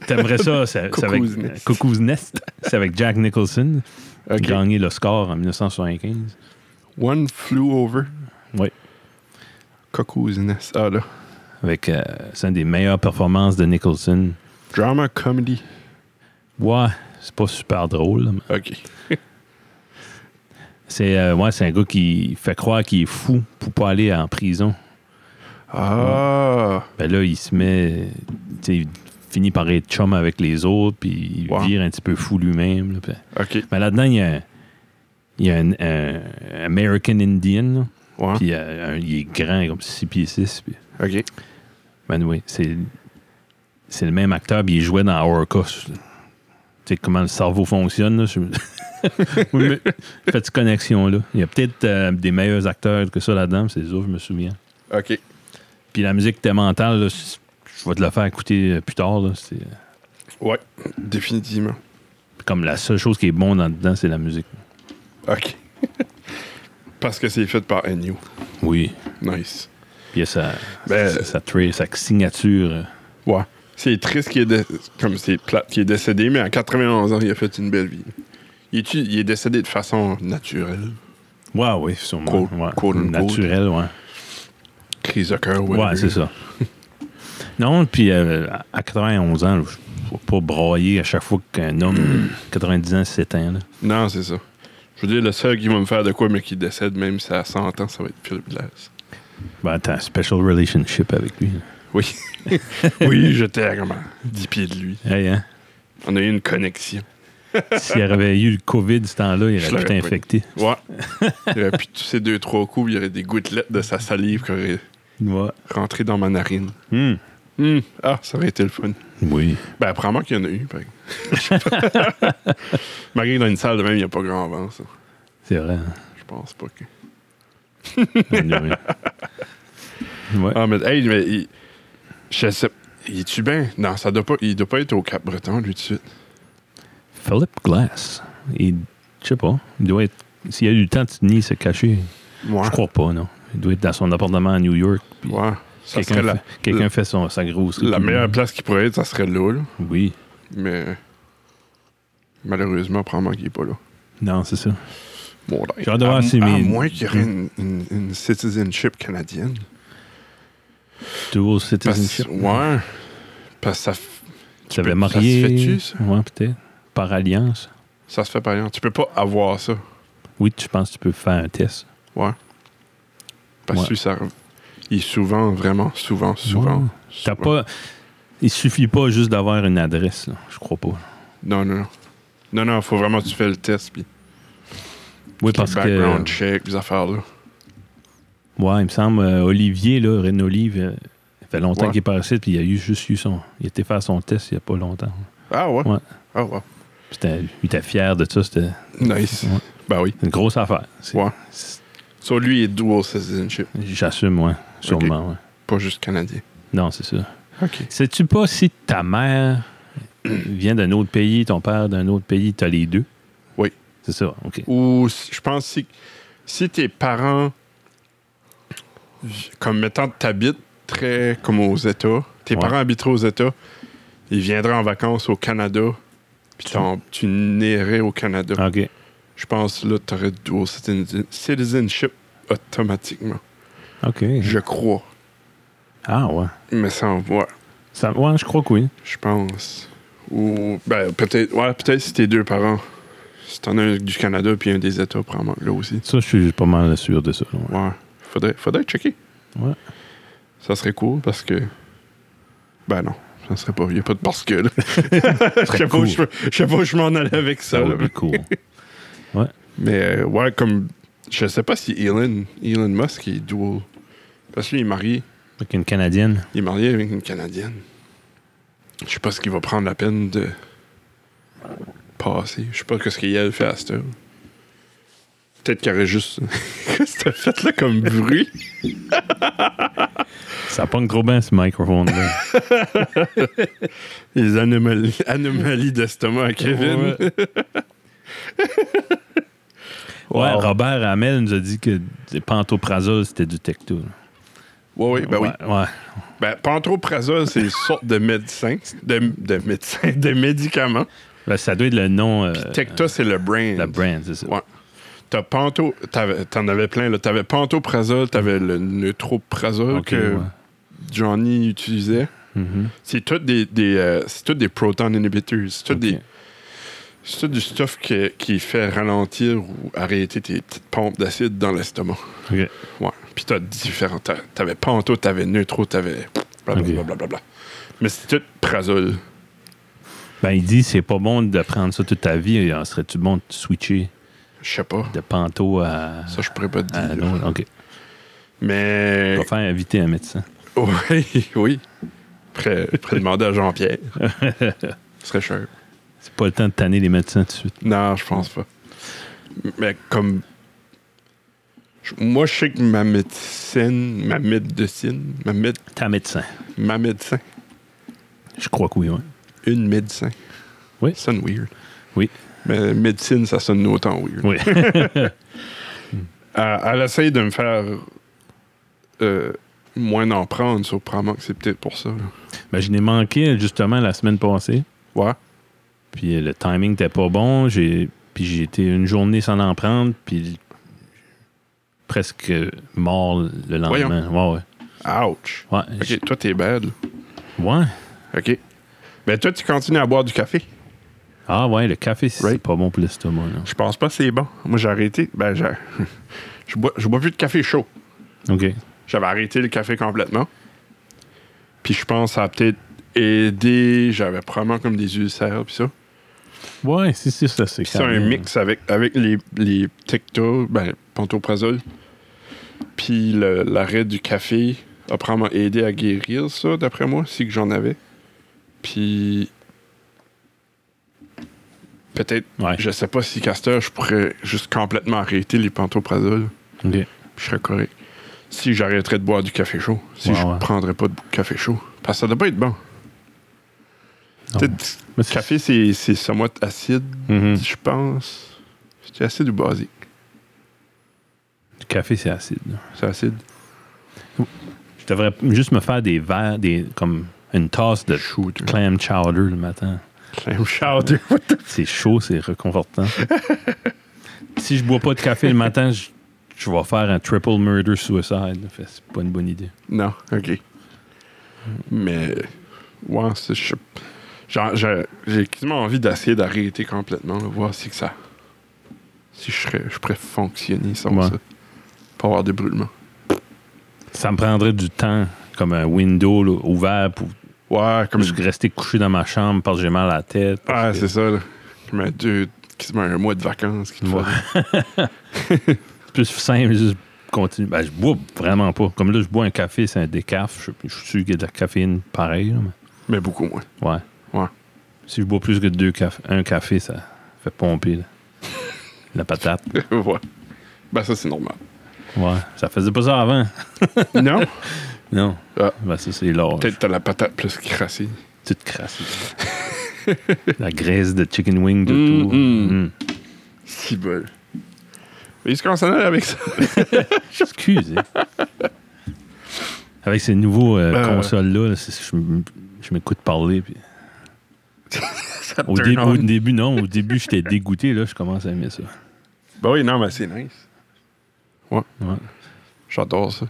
[SPEAKER 2] T'aimerais ça, c'est c'est avec
[SPEAKER 1] Cuckoo's Nest.
[SPEAKER 2] Cuckoo's Nest. C'est avec Jack Nicholson,
[SPEAKER 1] OK.
[SPEAKER 2] qui a gagné le score en 1975.
[SPEAKER 1] One flew over.
[SPEAKER 2] Oui.
[SPEAKER 1] Cuckoo's Nest. Ah, là.
[SPEAKER 2] Avec, euh, c'est une des meilleures performances de Nicholson.
[SPEAKER 1] Drama comedy.
[SPEAKER 2] Ouais, c'est pas super drôle. là, mais
[SPEAKER 1] OK.
[SPEAKER 2] C'est euh, ouais, c'est un gars qui fait croire qu'il est fou pour pas aller en prison.
[SPEAKER 1] Ah.
[SPEAKER 2] Ben là, il se met, tu sais, il finit par être chum avec les autres, puis il
[SPEAKER 1] Wow.
[SPEAKER 2] vire un petit peu fou lui-même. là, puis-
[SPEAKER 1] OK.
[SPEAKER 2] Mais là-dedans, il y a, il y a un, un American Indian. là.
[SPEAKER 1] Ouais.
[SPEAKER 2] Puis euh, un- il est grand, comme 6 pieds 6. Puis,
[SPEAKER 1] OK.
[SPEAKER 2] ben oui, c'est, c'est le même acteur, puis il jouait dans Orca. Tu sais comment le cerveau fonctionne. Là, je... Oui, mais faites cette connexion-là. Il y a peut-être euh, des meilleurs acteurs que ça là-dedans, mais c'est sûr, je me souviens.
[SPEAKER 1] OK.
[SPEAKER 2] Puis la musique mentale, là, c'est- je vais te la faire écouter euh, plus tard. là, c'est euh,
[SPEAKER 1] Ouais. Définitivement.
[SPEAKER 2] comme la seule chose qui est bon là-dedans, c'est la musique.
[SPEAKER 1] OK. Parce que c'est fait par Ennio.
[SPEAKER 2] Oui.
[SPEAKER 1] Nice.
[SPEAKER 2] Puis il y a sa,
[SPEAKER 1] Ben-
[SPEAKER 2] sa, sa trace, sa signature. euh.
[SPEAKER 1] Ouais. C'est triste qu'il est, dé- comme c'est plate, qu'il est décédé, mais à 91 ans, il a fait une belle vie. Il est, il est décédé de façon naturelle.
[SPEAKER 2] Ouais, oui, sûrement.
[SPEAKER 1] Quote-
[SPEAKER 2] Ouais.
[SPEAKER 1] quote unquote.
[SPEAKER 2] Naturel, ouais.
[SPEAKER 1] Crise de cœur,
[SPEAKER 2] Ouais,
[SPEAKER 1] whatever.
[SPEAKER 2] c'est ça. non, puis euh, à- à 91 ans, il faut pas broyer à chaque fois qu'un homme de 90 ans s'éteint. là.
[SPEAKER 1] Non, c'est ça. Je veux dire, le seul qui va me faire de quoi, mais qui décède, même si à 100 ans, ça va être Philippe Glass.
[SPEAKER 2] Ben, t'as un special relationship avec lui. là.
[SPEAKER 1] Oui. oui, j'étais à comment 10 pieds de lui.
[SPEAKER 2] Hey, hein?
[SPEAKER 1] On a eu une connexion.
[SPEAKER 2] S'il avait eu le COVID ce temps-là, il
[SPEAKER 1] Je
[SPEAKER 2] aurait pu
[SPEAKER 1] l'aurais
[SPEAKER 2] infecté.
[SPEAKER 1] Ouais. Il aurait pu tous ces deux, trois coups, il y aurait des gouttelettes de sa salive qui auraient
[SPEAKER 2] Ouais.
[SPEAKER 1] rentré dans ma narine.
[SPEAKER 2] Hmm.
[SPEAKER 1] Hmm. Ah, ça aurait été le fun.
[SPEAKER 2] Oui.
[SPEAKER 1] Ben, apparemment qu'il y en a eu. par exemple. Malgré que dans une salle de même, il n'y a pas grand vent, ça.
[SPEAKER 2] C'est vrai. hein. Ben,
[SPEAKER 1] Je pense pas que.
[SPEAKER 2] ouais.
[SPEAKER 1] Ah, mais, hey, mais il... je sais. Il est-tu bien? Non, ça doit pas... il doit pas être au Cap-Breton, lui, tout de suite.
[SPEAKER 2] Philip Glass. Il, je sais pas. Il doit être. S'il a eu le temps de ni se cacher,
[SPEAKER 1] Moi.
[SPEAKER 2] je crois pas, non. Il doit être dans son appartement à New York. puis
[SPEAKER 1] Ouais. Ça
[SPEAKER 2] Quelqu'un
[SPEAKER 1] serait la,
[SPEAKER 2] fait, quelqu'un fait son, sa grosse.
[SPEAKER 1] la meilleure place qu'il pourrait être, ça serait là, là.
[SPEAKER 2] Oui.
[SPEAKER 1] Mais malheureusement, probablement qu'il n'est pas là.
[SPEAKER 2] Non, c'est ça.
[SPEAKER 1] Bon, d'ailleurs,
[SPEAKER 2] J'ai hâte de
[SPEAKER 1] à,
[SPEAKER 2] voir si
[SPEAKER 1] à
[SPEAKER 2] mes-
[SPEAKER 1] moins qu'il y aurait
[SPEAKER 2] Mm.
[SPEAKER 1] une, une- une citizenship canadienne.
[SPEAKER 2] Dual
[SPEAKER 1] Parce-
[SPEAKER 2] citizenship.
[SPEAKER 1] ouais. Parce que ça. f-
[SPEAKER 2] Tu l'avais
[SPEAKER 1] peux-
[SPEAKER 2] marié.
[SPEAKER 1] ça se fait-tu, ça?
[SPEAKER 2] Ouais, peut-être. Par alliance.
[SPEAKER 1] Ça se fait par exemple. Tu peux pas avoir ça.
[SPEAKER 2] Oui, tu penses que tu peux faire un test.
[SPEAKER 1] Parce
[SPEAKER 2] Ouais.
[SPEAKER 1] que ça. Il est souvent, vraiment, souvent, souvent.
[SPEAKER 2] Ouais. T'as
[SPEAKER 1] souvent.
[SPEAKER 2] pas. Il suffit pas juste d'avoir une adresse, là. je crois pas.
[SPEAKER 1] Non, non, non. Non, non, faut vraiment que tu fais le test. Puis les
[SPEAKER 2] Oui, parce que.
[SPEAKER 1] background check, les affaires-là.
[SPEAKER 2] Ouais, il me semble, euh, Olivier, là, René Olive, euh, il fait longtemps
[SPEAKER 1] Ouais.
[SPEAKER 2] qu'il est par ici, puis il a eu, juste eu son. Il était faire son test il y a pas longtemps.
[SPEAKER 1] Ah ouais?
[SPEAKER 2] Ouais.
[SPEAKER 1] Ah ouais.
[SPEAKER 2] Puis t'as- il était fier de ça, c'était
[SPEAKER 1] Nice.
[SPEAKER 2] Ouais.
[SPEAKER 1] Ben oui.
[SPEAKER 2] une grosse affaire. C'est-
[SPEAKER 1] Ouais.
[SPEAKER 2] c'est-
[SPEAKER 1] So, lui, il est dual citizenship,
[SPEAKER 2] J'assume, ouais, sûrement. ouais.
[SPEAKER 1] pas juste canadien.
[SPEAKER 2] Non, c'est ça.
[SPEAKER 1] OK.
[SPEAKER 2] Sais-tu pas si ta mère vient d'un autre pays, ton père d'un autre pays, t'as les deux?
[SPEAKER 1] Oui.
[SPEAKER 2] C'est ça, OK.
[SPEAKER 1] Ou si- je pense si, si tes parents, comme mettons, t'habites très comme aux États, tes
[SPEAKER 2] Ouais.
[SPEAKER 1] parents habiteraient aux États, ils viendraient en vacances au Canada, puis t'en- tu nairais au Canada.
[SPEAKER 2] OK.
[SPEAKER 1] Je pense là, t'aurais dual citizen- citizenship automatiquement.
[SPEAKER 2] OK.
[SPEAKER 1] Je crois.
[SPEAKER 2] Ah, ouais.
[SPEAKER 1] Mais sans voix,
[SPEAKER 2] Ça, ouais, je crois que oui.
[SPEAKER 1] je pense. Ou ben, peut-être ouais, peut-être si tes deux parents. Si t'en as un du Canada puis un des États, probablement là aussi.
[SPEAKER 2] Ça, je suis pas mal sûr de ça. ouais.
[SPEAKER 1] Ouais. Faudrait, faudrait checker.
[SPEAKER 2] Ouais.
[SPEAKER 1] Ça serait cool parce que. Ben non, ça serait pas. Il a pas de parce que. là. je sais pas où
[SPEAKER 2] cool.
[SPEAKER 1] je je sais pas où je m'en allais avec ça.
[SPEAKER 2] Ça
[SPEAKER 1] là.
[SPEAKER 2] va être cool.
[SPEAKER 1] Mais euh, ouais, comme. Je sais pas si Elon, Elon Musk est dual. Parce que lui, il est marié.
[SPEAKER 2] Avec une Canadienne.
[SPEAKER 1] Il est marié avec une Canadienne. Je sais pas ce qu'il va prendre la peine de passer. Je sais pas ce qu'il y a de fait à cette heure. Peut-être qu'il aurait juste. Qu'est-ce que t'as fait là comme bruit?
[SPEAKER 2] Ça pogne gros bien, ce microphone-là.
[SPEAKER 1] Les anomalies, anomalies d'estomac à Kevin.
[SPEAKER 2] Ouais. Ouais, Robert Hamel nous a dit que du pantoprazole, c'était du tecto. là.
[SPEAKER 1] Ouais, ouais, ben oui.
[SPEAKER 2] Ouais, ouais.
[SPEAKER 1] Ben, pantoprazole, c'est une sorte de médecin, de, de médecin, de médicament.
[SPEAKER 2] Ben, ça doit être le nom. euh,
[SPEAKER 1] Tecta, c'est le brand.
[SPEAKER 2] la brand, c'est ça.
[SPEAKER 1] Ouais. T'as panto, t'avais- t'en avais plein, là. T'avais pantoprazole, t'avais le neutroprazole
[SPEAKER 2] Ok,
[SPEAKER 1] que
[SPEAKER 2] ouais.
[SPEAKER 1] Johnny utilisait.
[SPEAKER 2] Mhm.
[SPEAKER 1] C'est tout des, des, euh, c'est tout des proton inhibitors. C'est tout
[SPEAKER 2] Ok.
[SPEAKER 1] des, c'est tout du stuff que- qui fait ralentir ou arrêter tes petites pompes d'acide dans l'estomac.
[SPEAKER 2] Ok.
[SPEAKER 1] Ouais. Puis t'as différents. t'as- T'avais panto, t'avais neutro, t'avais. Blablabla. blablabla. Mais c'est tout prazole.
[SPEAKER 2] Ben, il dit c'est pas bon de prendre ça toute ta vie. Et, euh, Serait-tu bon de switcher
[SPEAKER 1] Je sais pas.
[SPEAKER 2] de panto à.
[SPEAKER 1] Ça, je pourrais pas te dire.
[SPEAKER 2] à l'autre? Ok.
[SPEAKER 1] Mais.
[SPEAKER 2] On va faire inviter un médecin.
[SPEAKER 1] Oui, oui. Après, après demander à Jean-Pierre. Ce serait cher.
[SPEAKER 2] C'est pas le temps de tanner les médecins tout de suite.
[SPEAKER 1] Non, je pense pas. Mais comme. je- Moi, je sais que ma médecine, ma médecine, ma, méde-
[SPEAKER 2] T'es un médecin.
[SPEAKER 1] ma médecin,
[SPEAKER 2] Je crois que oui, ouais.
[SPEAKER 1] une médecin.
[SPEAKER 2] Oui.
[SPEAKER 1] Ça sonne weird.
[SPEAKER 2] Oui.
[SPEAKER 1] Mais médecine, ça sonne autant weird.
[SPEAKER 2] Oui.
[SPEAKER 1] Elle, elle essaye de me faire euh, moins en prendre, sur probablement que c'est peut-être pour ça. là.
[SPEAKER 2] ben, je n'ai manqué justement la semaine passée.
[SPEAKER 1] Ouais.
[SPEAKER 2] Puis euh, le timing était pas bon. J'ai puis j'ai été une journée sans en prendre. Puis presque mort le lendemain. Ouais,
[SPEAKER 1] Ouch.
[SPEAKER 2] ouais. Ouais.
[SPEAKER 1] Ok, toi, t'es bad. là.
[SPEAKER 2] je- ouais.
[SPEAKER 1] OK. Mais toi, tu continues à boire du café.
[SPEAKER 2] Ah ouais, le café, c'est
[SPEAKER 1] Right.
[SPEAKER 2] pas bon pour l'estomac. là.
[SPEAKER 1] Je pense pas que c'est bon. Moi, j'ai arrêté. Ben, j'ai- je bois, je bois plus de café chaud.
[SPEAKER 2] OK.
[SPEAKER 1] J'avais arrêté le café complètement. Puis je pense que ça a peut-être aidé. J'avais probablement comme des ulcères, puis ça.
[SPEAKER 2] Ouais, si, si, ça, c'est
[SPEAKER 1] Puis c'est un
[SPEAKER 2] calme.
[SPEAKER 1] mix avec, avec les, les Ticto, ben, pantoprazole. Puis le- l'arrêt du café a probablement aidé à guérir ça, d'après moi, si que j'en avais. Puis. Peut-être,
[SPEAKER 2] Ouais.
[SPEAKER 1] je sais pas si Castor, je pourrais juste complètement arrêter les pantoprazole,
[SPEAKER 2] OK.
[SPEAKER 1] puis je serais correct. Si j'arrêterais de boire du café chaud, si
[SPEAKER 2] Ouais,
[SPEAKER 1] je
[SPEAKER 2] ouais.
[SPEAKER 1] prendrais pas de café chaud. Parce que ça doit pas être bon.
[SPEAKER 2] Non.
[SPEAKER 1] Tu sais,
[SPEAKER 2] Mais
[SPEAKER 1] le
[SPEAKER 2] c'est-
[SPEAKER 1] café, c'est c'est somewhat acide,
[SPEAKER 2] Mhm.
[SPEAKER 1] je pense. C'est acide ou basique?
[SPEAKER 2] Le café, c'est acide. là.
[SPEAKER 1] C'est acide.
[SPEAKER 2] Je devrais juste me faire des verres, des, comme une tasse de
[SPEAKER 1] Shooter.
[SPEAKER 2] clam chowder le matin.
[SPEAKER 1] Clam chowder.
[SPEAKER 2] C'est chaud, c'est réconfortant. si je bois pas de café le matin, je, je vais faire un triple murder suicide. là. Fait que C'est pas une bonne idée.
[SPEAKER 1] Non, ok. Mais. Ouais, c'est- je, Genre, je- j'ai quasiment envie d'essayer d'arrêter complètement, là, voir si que ça. Si je serais, je pourrais fonctionner sans
[SPEAKER 2] Ouais.
[SPEAKER 1] ça. Pas avoir de brûlement.
[SPEAKER 2] Ça me prendrait du temps, comme un window là, ouvert pour
[SPEAKER 1] Ouais, comme je.
[SPEAKER 2] juste rester couché dans ma chambre parce que j'ai mal à la tête.
[SPEAKER 1] Ah,
[SPEAKER 2] parce que-
[SPEAKER 1] c'est ça, là. Comme un, deux, quasiment un mois de vacances qu'il te
[SPEAKER 2] Ouais.
[SPEAKER 1] faut.
[SPEAKER 2] plus simple, juste continuer. Ben, je bois vraiment pas. Comme là, je bois un café, c'est un décaf. Je, je suis sûr qu'il y a de la caféine pareil. là, mais-
[SPEAKER 1] Mais beaucoup moins.
[SPEAKER 2] Ouais.
[SPEAKER 1] Ouais.
[SPEAKER 2] Si je bois plus que deux cafés, un café, ça fait pomper. là. la patate.
[SPEAKER 1] ouais. Ben, ça, c'est normal.
[SPEAKER 2] Ouais. Ça faisait pas ça avant.
[SPEAKER 1] non?
[SPEAKER 2] Non.
[SPEAKER 1] Ah.
[SPEAKER 2] Ben, ça, c'est l'or.
[SPEAKER 1] Peut-être que t'as la patate plus crassée.
[SPEAKER 2] Toute crasse. la graisse de chicken wing de
[SPEAKER 1] Mm,
[SPEAKER 2] tout.
[SPEAKER 1] mm.
[SPEAKER 2] Mm.
[SPEAKER 1] Si bol. Mais il se consonne avec ça.
[SPEAKER 2] Excusez. Avec ces nouveaux euh,
[SPEAKER 1] Ben, ouais.
[SPEAKER 2] consoles-là, là, c'est ce que je m- je m'écoute parler. puis-
[SPEAKER 1] ça
[SPEAKER 2] Au,
[SPEAKER 1] turn
[SPEAKER 2] dé- au
[SPEAKER 1] on.
[SPEAKER 2] début, non. Au début, j'étais dégoûté. Là, je commence à aimer ça.
[SPEAKER 1] Ben oui, non, mais c'est nice. Ouais.
[SPEAKER 2] Ouais.
[SPEAKER 1] J'adore ça.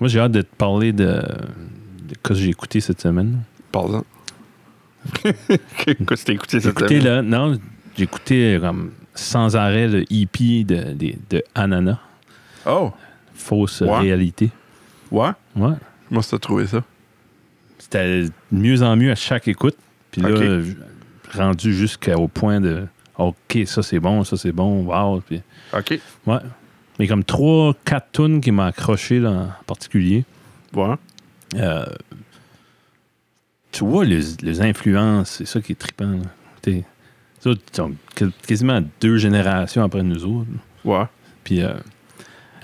[SPEAKER 2] Moi, j'ai hâte de te parler de, de ce que j'ai écouté cette semaine.
[SPEAKER 1] Parle-en. Qu'est-ce que t'as écouté
[SPEAKER 2] J'ai
[SPEAKER 1] cette
[SPEAKER 2] écouté,
[SPEAKER 1] semaine?
[SPEAKER 2] là, non, j'ai écouté euh, comme sans arrêt le EP de, de, de Anana,
[SPEAKER 1] Oh,
[SPEAKER 2] Fausse
[SPEAKER 1] Ouais.
[SPEAKER 2] réalité.
[SPEAKER 1] ouais?
[SPEAKER 2] Ouais.
[SPEAKER 1] Moi, t'as trouvé ça.
[SPEAKER 2] C'était de mieux en mieux à chaque écoute. Puis là,
[SPEAKER 1] Ok.
[SPEAKER 2] j- rendu jusqu'au point de OK, ça c'est bon, ça c'est bon, wow. Puis,
[SPEAKER 1] OK.
[SPEAKER 2] ouais. Mais comme trois, quatre tunes qui m'ont accroché là, en particulier.
[SPEAKER 1] Ouais.
[SPEAKER 2] Euh, tu vois les, les influences, c'est ça qui est trippant. là. T'sais, les autres sont qu- quasiment deux générations après nous autres.
[SPEAKER 1] Ouais.
[SPEAKER 2] Puis euh,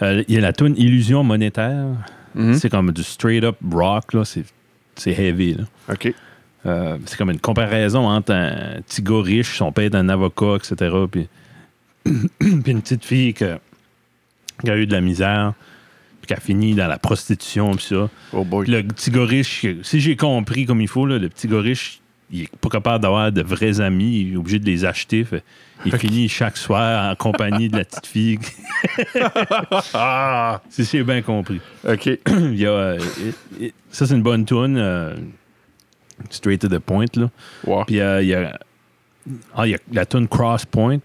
[SPEAKER 2] euh, il y a la tune Illusion monétaire.
[SPEAKER 1] Mhm.
[SPEAKER 2] C'est comme du straight up rock, là. C'est, c'est heavy. là.
[SPEAKER 1] OK.
[SPEAKER 2] Euh, c'est comme une comparaison entre un petit gars riche, son père est un avocat, etc. Puis, puis une petite fille que- qui a eu de la misère, puis qui a fini dans la prostitution, puis ça.
[SPEAKER 1] Oh boy.
[SPEAKER 2] Le petit gars riche, si j'ai compris comme il faut, là, le petit gars riche, il est pas capable d'avoir de vrais amis, il est obligé de les acheter. fait, il finit chaque soir en compagnie de la petite fille.
[SPEAKER 1] Ah!
[SPEAKER 2] si j'ai bien compris.
[SPEAKER 1] OK.
[SPEAKER 2] Il y a, euh, et- et- ça, c'est une bonne tune. euh, straight to the point. Là.
[SPEAKER 1] Ouais.
[SPEAKER 2] Puis euh, il y, a, ah, il y a la tune Cross Point.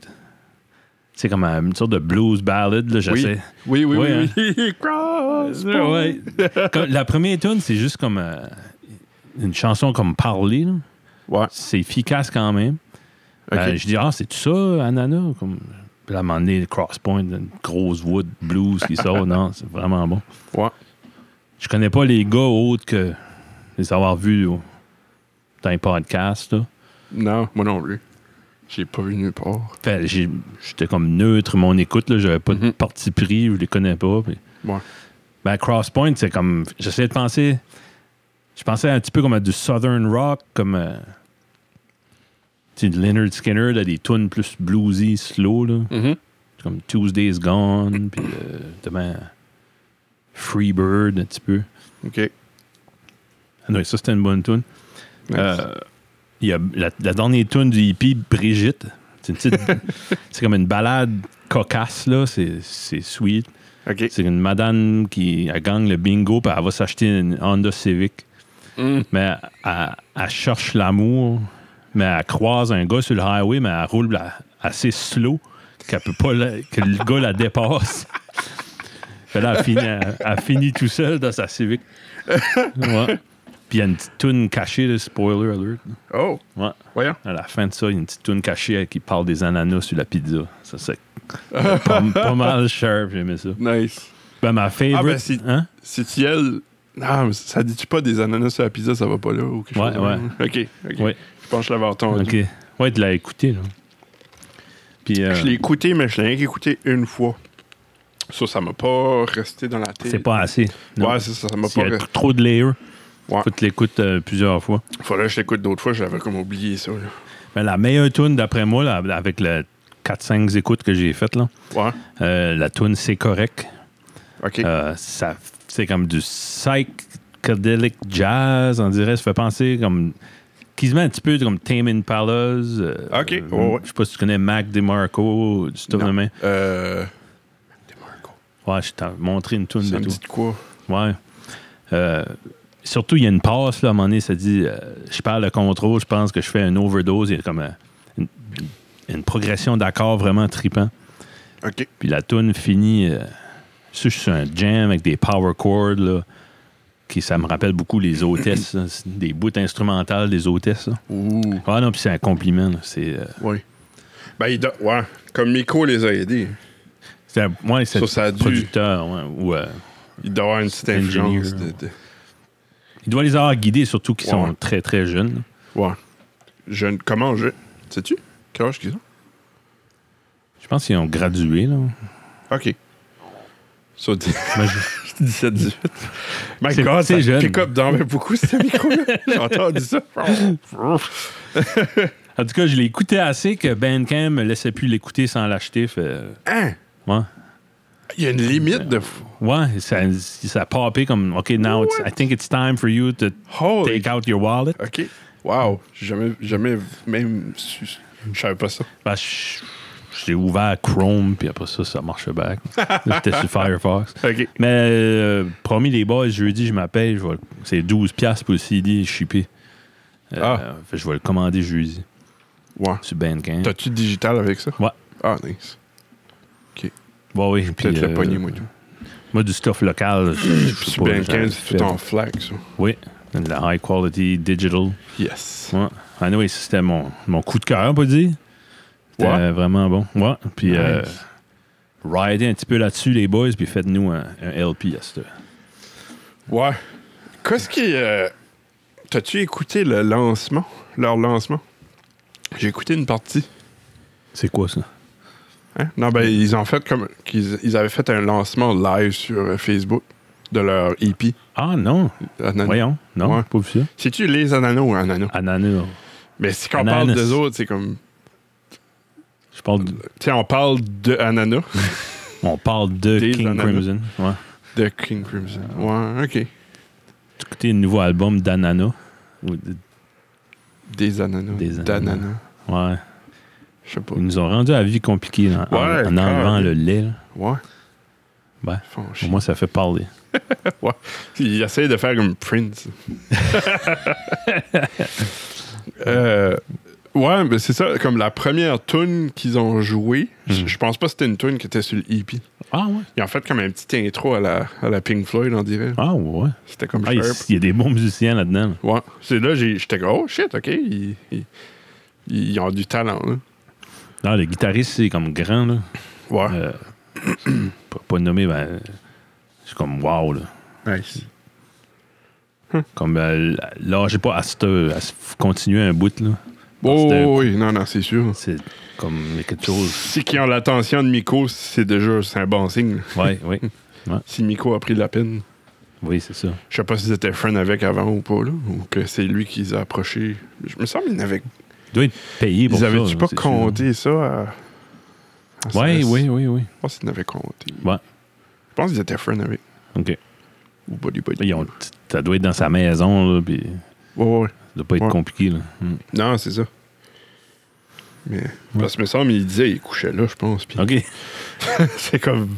[SPEAKER 2] C'est comme euh, une sorte de blues ballad, là,
[SPEAKER 1] Oui.
[SPEAKER 2] j'essaie.
[SPEAKER 1] Oui, oui,
[SPEAKER 2] Ouais,
[SPEAKER 1] oui. oui. Cross!
[SPEAKER 2] Ouais. Comme- la première tune, c'est juste comme euh, une chanson comme parler. là.
[SPEAKER 1] Ouais.
[SPEAKER 2] C'est efficace quand même.
[SPEAKER 1] OK.
[SPEAKER 2] Euh, je dis, ah, c'est tout ça, Anana? Comme, puis là, à un moment donné, le Crosspoint, une grosse voix de blues qui sort. non, c'est vraiment bon.
[SPEAKER 1] ouais.
[SPEAKER 2] Je connais pas les gars autres que les avoir vus au- dans les podcasts. là.
[SPEAKER 1] Non, moi non plus. J'ai pas vu nulle part.
[SPEAKER 2] Fait, j'ai- J'étais comme neutre, mon écoute, là, j'avais pas de
[SPEAKER 1] Mhm.
[SPEAKER 2] parti pris, je les connais pas. puis-
[SPEAKER 1] Ouais.
[SPEAKER 2] Ben, Crosspoint, c'est comme. J'essayais de penser. Je pensais un petit peu comme à du Southern Rock, comme. euh, tu sais, de Leonard Skinner, là, des tunes plus bluesy, slow, là. Comme Tuesday's Gone, puis euh, demain. Free Bird, un petit peu.
[SPEAKER 1] OK.
[SPEAKER 2] Ah non, ça, c'était une bonne tune.
[SPEAKER 1] Nice.
[SPEAKER 2] Euh, Il y a la, la dernière tune du hippie, Brigitte. C'est une petite- c'est comme une balade cocasse, là. C'est c'est sweet.
[SPEAKER 1] OK.
[SPEAKER 2] C'est une madame qui elle gagne le bingo, puis elle va s'acheter une Honda Civic.
[SPEAKER 1] Mm.
[SPEAKER 2] Mais elle, elle cherche l'amour, mais elle croise un gars sur le highway, mais elle roule la- assez slow qu'elle peut pas la- que le gars la dépasse. Fait là, elle finit, elle- elle finit tout seul dans sa Civic. Ouais. Puis il y a une petite toune cachée, là, spoiler alert.
[SPEAKER 1] Oh!
[SPEAKER 2] Ouais.
[SPEAKER 1] Voyons.
[SPEAKER 2] À la fin de ça, il y a une petite toune cachée qui parle des ananas sur la pizza. Ça, c'est pas, pas mal cher, j'aimais ça.
[SPEAKER 1] Nice.
[SPEAKER 2] Ben, ma favorite.
[SPEAKER 1] Ah, ben, c'est-
[SPEAKER 2] hein?
[SPEAKER 1] Si tu y es... Ah, mais ça dit-tu pas des ananas sur la pizza, ça va pas là ou quelque
[SPEAKER 2] Ouais,
[SPEAKER 1] chose? de même? OK, OK.
[SPEAKER 2] Ouais.
[SPEAKER 1] Je pense que je l'avais entendu.
[SPEAKER 2] Ok. Ouais, tu l'as écouté, là. Puis, euh,
[SPEAKER 1] Je l'ai écouté, mais je l'ai rien qu'écouté une fois. Ça, ça m'a pas resté dans la tête.
[SPEAKER 2] c'est pas assez. Non.
[SPEAKER 1] Ouais, c'est ça, ça m'a
[SPEAKER 2] S'il
[SPEAKER 1] pas
[SPEAKER 2] y a
[SPEAKER 1] resté.
[SPEAKER 2] tr- trop de layers,
[SPEAKER 1] Ouais.
[SPEAKER 2] faut que tu l'écoutes euh, plusieurs fois.
[SPEAKER 1] Faudrait que je l'écoute d'autres fois, j'avais comme oublié ça. là.
[SPEAKER 2] Mais la meilleure tune, d'après moi, là, avec le 4-5 écoutes que j'ai faites, là,
[SPEAKER 1] Ouais,
[SPEAKER 2] euh, la tune C'est correct.
[SPEAKER 1] OK.
[SPEAKER 2] Euh, ça, c'est comme du psychedelic jazz, on dirait. Ça fait penser comme. Quasiment un petit peu comme Tame Impala's. euh,
[SPEAKER 1] Ok,
[SPEAKER 2] euh,
[SPEAKER 1] ouais, ouais.
[SPEAKER 2] Je sais pas si tu connais Mac DeMarco, du stuff
[SPEAKER 1] Non.
[SPEAKER 2] de main.
[SPEAKER 1] Euh... DeMarco.
[SPEAKER 2] Ouais, je t'ai montré une tune
[SPEAKER 1] Ça
[SPEAKER 2] de
[SPEAKER 1] me
[SPEAKER 2] tout.
[SPEAKER 1] dit de quoi?
[SPEAKER 2] Ouais. Euh, surtout, il y a une passe, là, à un moment donné, ça dit euh, je perds le contrôle, je pense que je fais une overdose. Il y a comme euh, une, une progression d'accords vraiment tripant.
[SPEAKER 1] OK.
[SPEAKER 2] Puis la tune finit euh, sur sur un jam avec des power chords, là, qui ça me rappelle beaucoup les hôtesses, là. C'est des bouts instrumentales des hôtesses. là.
[SPEAKER 1] Ouh.
[SPEAKER 2] Ah non, puis c'est un compliment. là. C'est, euh,
[SPEAKER 1] Oui. Ben, il doit- ouais. Comme Miko les a aidés,
[SPEAKER 2] c'est un ouais, c'est
[SPEAKER 1] Ça, ça a dû-
[SPEAKER 2] producteur. ouais, ou, euh,
[SPEAKER 1] il doit avoir une petite
[SPEAKER 2] Engineer,
[SPEAKER 1] influence. De, de-
[SPEAKER 2] il doit les avoir guidés, surtout qu'ils
[SPEAKER 1] Ouais.
[SPEAKER 2] sont très, très jeunes. là.
[SPEAKER 1] Ouais. Je, ne- comment je. Sais-tu? Quel âge qu'ils ont?
[SPEAKER 2] Je pense qu'ils ont gradué. Là.
[SPEAKER 1] OK. Ça dit
[SPEAKER 2] Mais je-
[SPEAKER 1] 17, 18. My
[SPEAKER 2] C'est-
[SPEAKER 1] God,
[SPEAKER 2] c'est
[SPEAKER 1] ça
[SPEAKER 2] jeune.
[SPEAKER 1] pick up dormait beaucoup, ce micro-là. J'ai entendu ça.
[SPEAKER 2] En tout cas, je l'ai écouté assez que Bandcamp me laissait plus l'écouter sans l'acheter. fait-
[SPEAKER 1] Hein?
[SPEAKER 2] Ouais.
[SPEAKER 1] Il y a une limite de...
[SPEAKER 2] Ouais, ça, ça a popé comme OK, now it's- I think it's time for you to
[SPEAKER 1] Holy...
[SPEAKER 2] take out your wallet.
[SPEAKER 1] OK. Wow. J'ai Jamais, jamais même... su- Je savais pas ça.
[SPEAKER 2] Ben, je je l'ai ouvert Chrome, puis après ça, ça marche back. Là, J'étais sur Firefox.
[SPEAKER 1] OK.
[SPEAKER 2] Mais euh, promis, les boys, jeudi, je m'appelle. je vais le- C'est 12$ piastres pour le CD shippé. Euh,
[SPEAKER 1] Ah.
[SPEAKER 2] fait que je vais le commander jeudi
[SPEAKER 1] Ouais.
[SPEAKER 2] sur Bandcamp.
[SPEAKER 1] T'as-tu digital avec ça?
[SPEAKER 2] Ouais.
[SPEAKER 1] Ah, nice.
[SPEAKER 2] Ouais, oui, puis,
[SPEAKER 1] Peut-être
[SPEAKER 2] euh,
[SPEAKER 1] le pogner, moi, tout.
[SPEAKER 2] Moi, du stuff local. je- je sais
[SPEAKER 1] Puis
[SPEAKER 2] pas,
[SPEAKER 1] Ben
[SPEAKER 2] j'en ai
[SPEAKER 1] 15, c'est
[SPEAKER 2] fait.
[SPEAKER 1] tout en flac, ça.
[SPEAKER 2] Oui, de la high quality digital.
[SPEAKER 1] Yes.
[SPEAKER 2] Ouais. Ah oui, c'était mon, mon coup de cœur, on peut dire. C'était
[SPEAKER 1] Ouais.
[SPEAKER 2] vraiment bon. Ouais. Puis
[SPEAKER 1] Nice.
[SPEAKER 2] euh, ridez un petit peu là-dessus, les boys, puis faites-nous un, un LP à cette.
[SPEAKER 1] Ouais. Qu'est-ce qui... euh, T'as-tu écouté le lancement? Leur lancement? J'ai écouté une partie.
[SPEAKER 2] C'est quoi ça?
[SPEAKER 1] Hein? Non, ben, ils ont fait comme. qu'ils- ils avaient fait un lancement live sur euh, Facebook de leur EP.
[SPEAKER 2] Ah non!
[SPEAKER 1] Anano.
[SPEAKER 2] Voyons. Non,
[SPEAKER 1] Ouais.
[SPEAKER 2] pas vu ça.
[SPEAKER 1] C'est-tu les ananas ou ananas?
[SPEAKER 2] Ananas.
[SPEAKER 1] Mais si qu'on
[SPEAKER 2] Ananas.
[SPEAKER 1] parle d'eux autres, c'est comme.
[SPEAKER 2] Je parle de-
[SPEAKER 1] Tu sais, on parle de ananas,
[SPEAKER 2] on parle de
[SPEAKER 1] Des
[SPEAKER 2] King
[SPEAKER 1] ananas.
[SPEAKER 2] Crimson. Ouais.
[SPEAKER 1] de King Crimson.
[SPEAKER 2] Ah.
[SPEAKER 1] Ouais, ok.
[SPEAKER 2] Tu écoutais le nouveau album d'Ananas. Ou de-
[SPEAKER 1] Des ananas.
[SPEAKER 2] Des Mm. ananas.
[SPEAKER 1] D'ananas.
[SPEAKER 2] Ouais.
[SPEAKER 1] Je sais pas.
[SPEAKER 2] Ils nous ont rendu la vie compliquée là, en,
[SPEAKER 1] Ouais,
[SPEAKER 2] en enlevant
[SPEAKER 1] quand-
[SPEAKER 2] le lait. là.
[SPEAKER 1] Ouais.
[SPEAKER 2] Ben,
[SPEAKER 1] Ils font
[SPEAKER 2] Pour
[SPEAKER 1] chier.
[SPEAKER 2] moi, ça fait parler.
[SPEAKER 1] Ils essayent de faire comme Prince. Euh, ouais, mais c'est ça. Comme la première tune qu'ils ont jouée, j-
[SPEAKER 2] Mm.
[SPEAKER 1] je pense pas que c'était une tune qui était sur le E EP.
[SPEAKER 2] Ah ouais?
[SPEAKER 1] Ils ont fait comme un petit intro à la, à la Pink Floyd, on dirait.
[SPEAKER 2] Ah ouais.
[SPEAKER 1] C'était comme
[SPEAKER 2] Ah, il,
[SPEAKER 1] sharp.
[SPEAKER 2] il y a des bons musiciens là-dedans. là.
[SPEAKER 1] Ouais. C'est là, j'ai- j'étais comme, oh shit, OK. Ils, ils- ils ont du talent, là.
[SPEAKER 2] Non, le guitariste, c'est comme grand, là.
[SPEAKER 1] Ouais.
[SPEAKER 2] Euh, pas, pas nommé, ben. C'est comme wow, là.
[SPEAKER 1] Nice.
[SPEAKER 2] Comme, euh, là, j'ai pas à, se- à se continuer un bout, là.
[SPEAKER 1] Oh,
[SPEAKER 2] C'était-
[SPEAKER 1] oui, non, non, c'est sûr.
[SPEAKER 2] C'est comme il y a quelque chose.
[SPEAKER 1] Si qui ont l'attention de Miko, c'est déjà c'est un bon signe.
[SPEAKER 2] Ouais, oui,
[SPEAKER 1] Si Miko a pris de la peine.
[SPEAKER 2] oui, c'est ça.
[SPEAKER 1] Je sais pas s'ils étaient friends avec avant ou pas, là, ou que c'est lui qui les a approchés. Je me semble qu'ils n'avaient
[SPEAKER 2] Il doit être payé pour
[SPEAKER 1] ils
[SPEAKER 2] ça.
[SPEAKER 1] avaient-tu
[SPEAKER 2] là,
[SPEAKER 1] pas
[SPEAKER 2] c'est sûr.
[SPEAKER 1] compté ça à... à
[SPEAKER 2] Ouais,
[SPEAKER 1] CS?
[SPEAKER 2] oui, oui, oui.
[SPEAKER 1] Je pense qu'ils n'avaient compté.
[SPEAKER 2] Ouais.
[SPEAKER 1] Je pense qu'ils étaient friends avec.
[SPEAKER 2] OK.
[SPEAKER 1] Ou Buddy Buddy.
[SPEAKER 2] Ils ont- ça doit être dans sa maison, là, puis ça
[SPEAKER 1] Ouais, ouais, ouais.
[SPEAKER 2] doit pas être
[SPEAKER 1] Ouais.
[SPEAKER 2] compliqué, là. Mm.
[SPEAKER 1] Non, c'est ça. Mais. Parce que me semble, il disait il couchait là, je pense. Puis
[SPEAKER 2] OK.
[SPEAKER 1] c'est comme.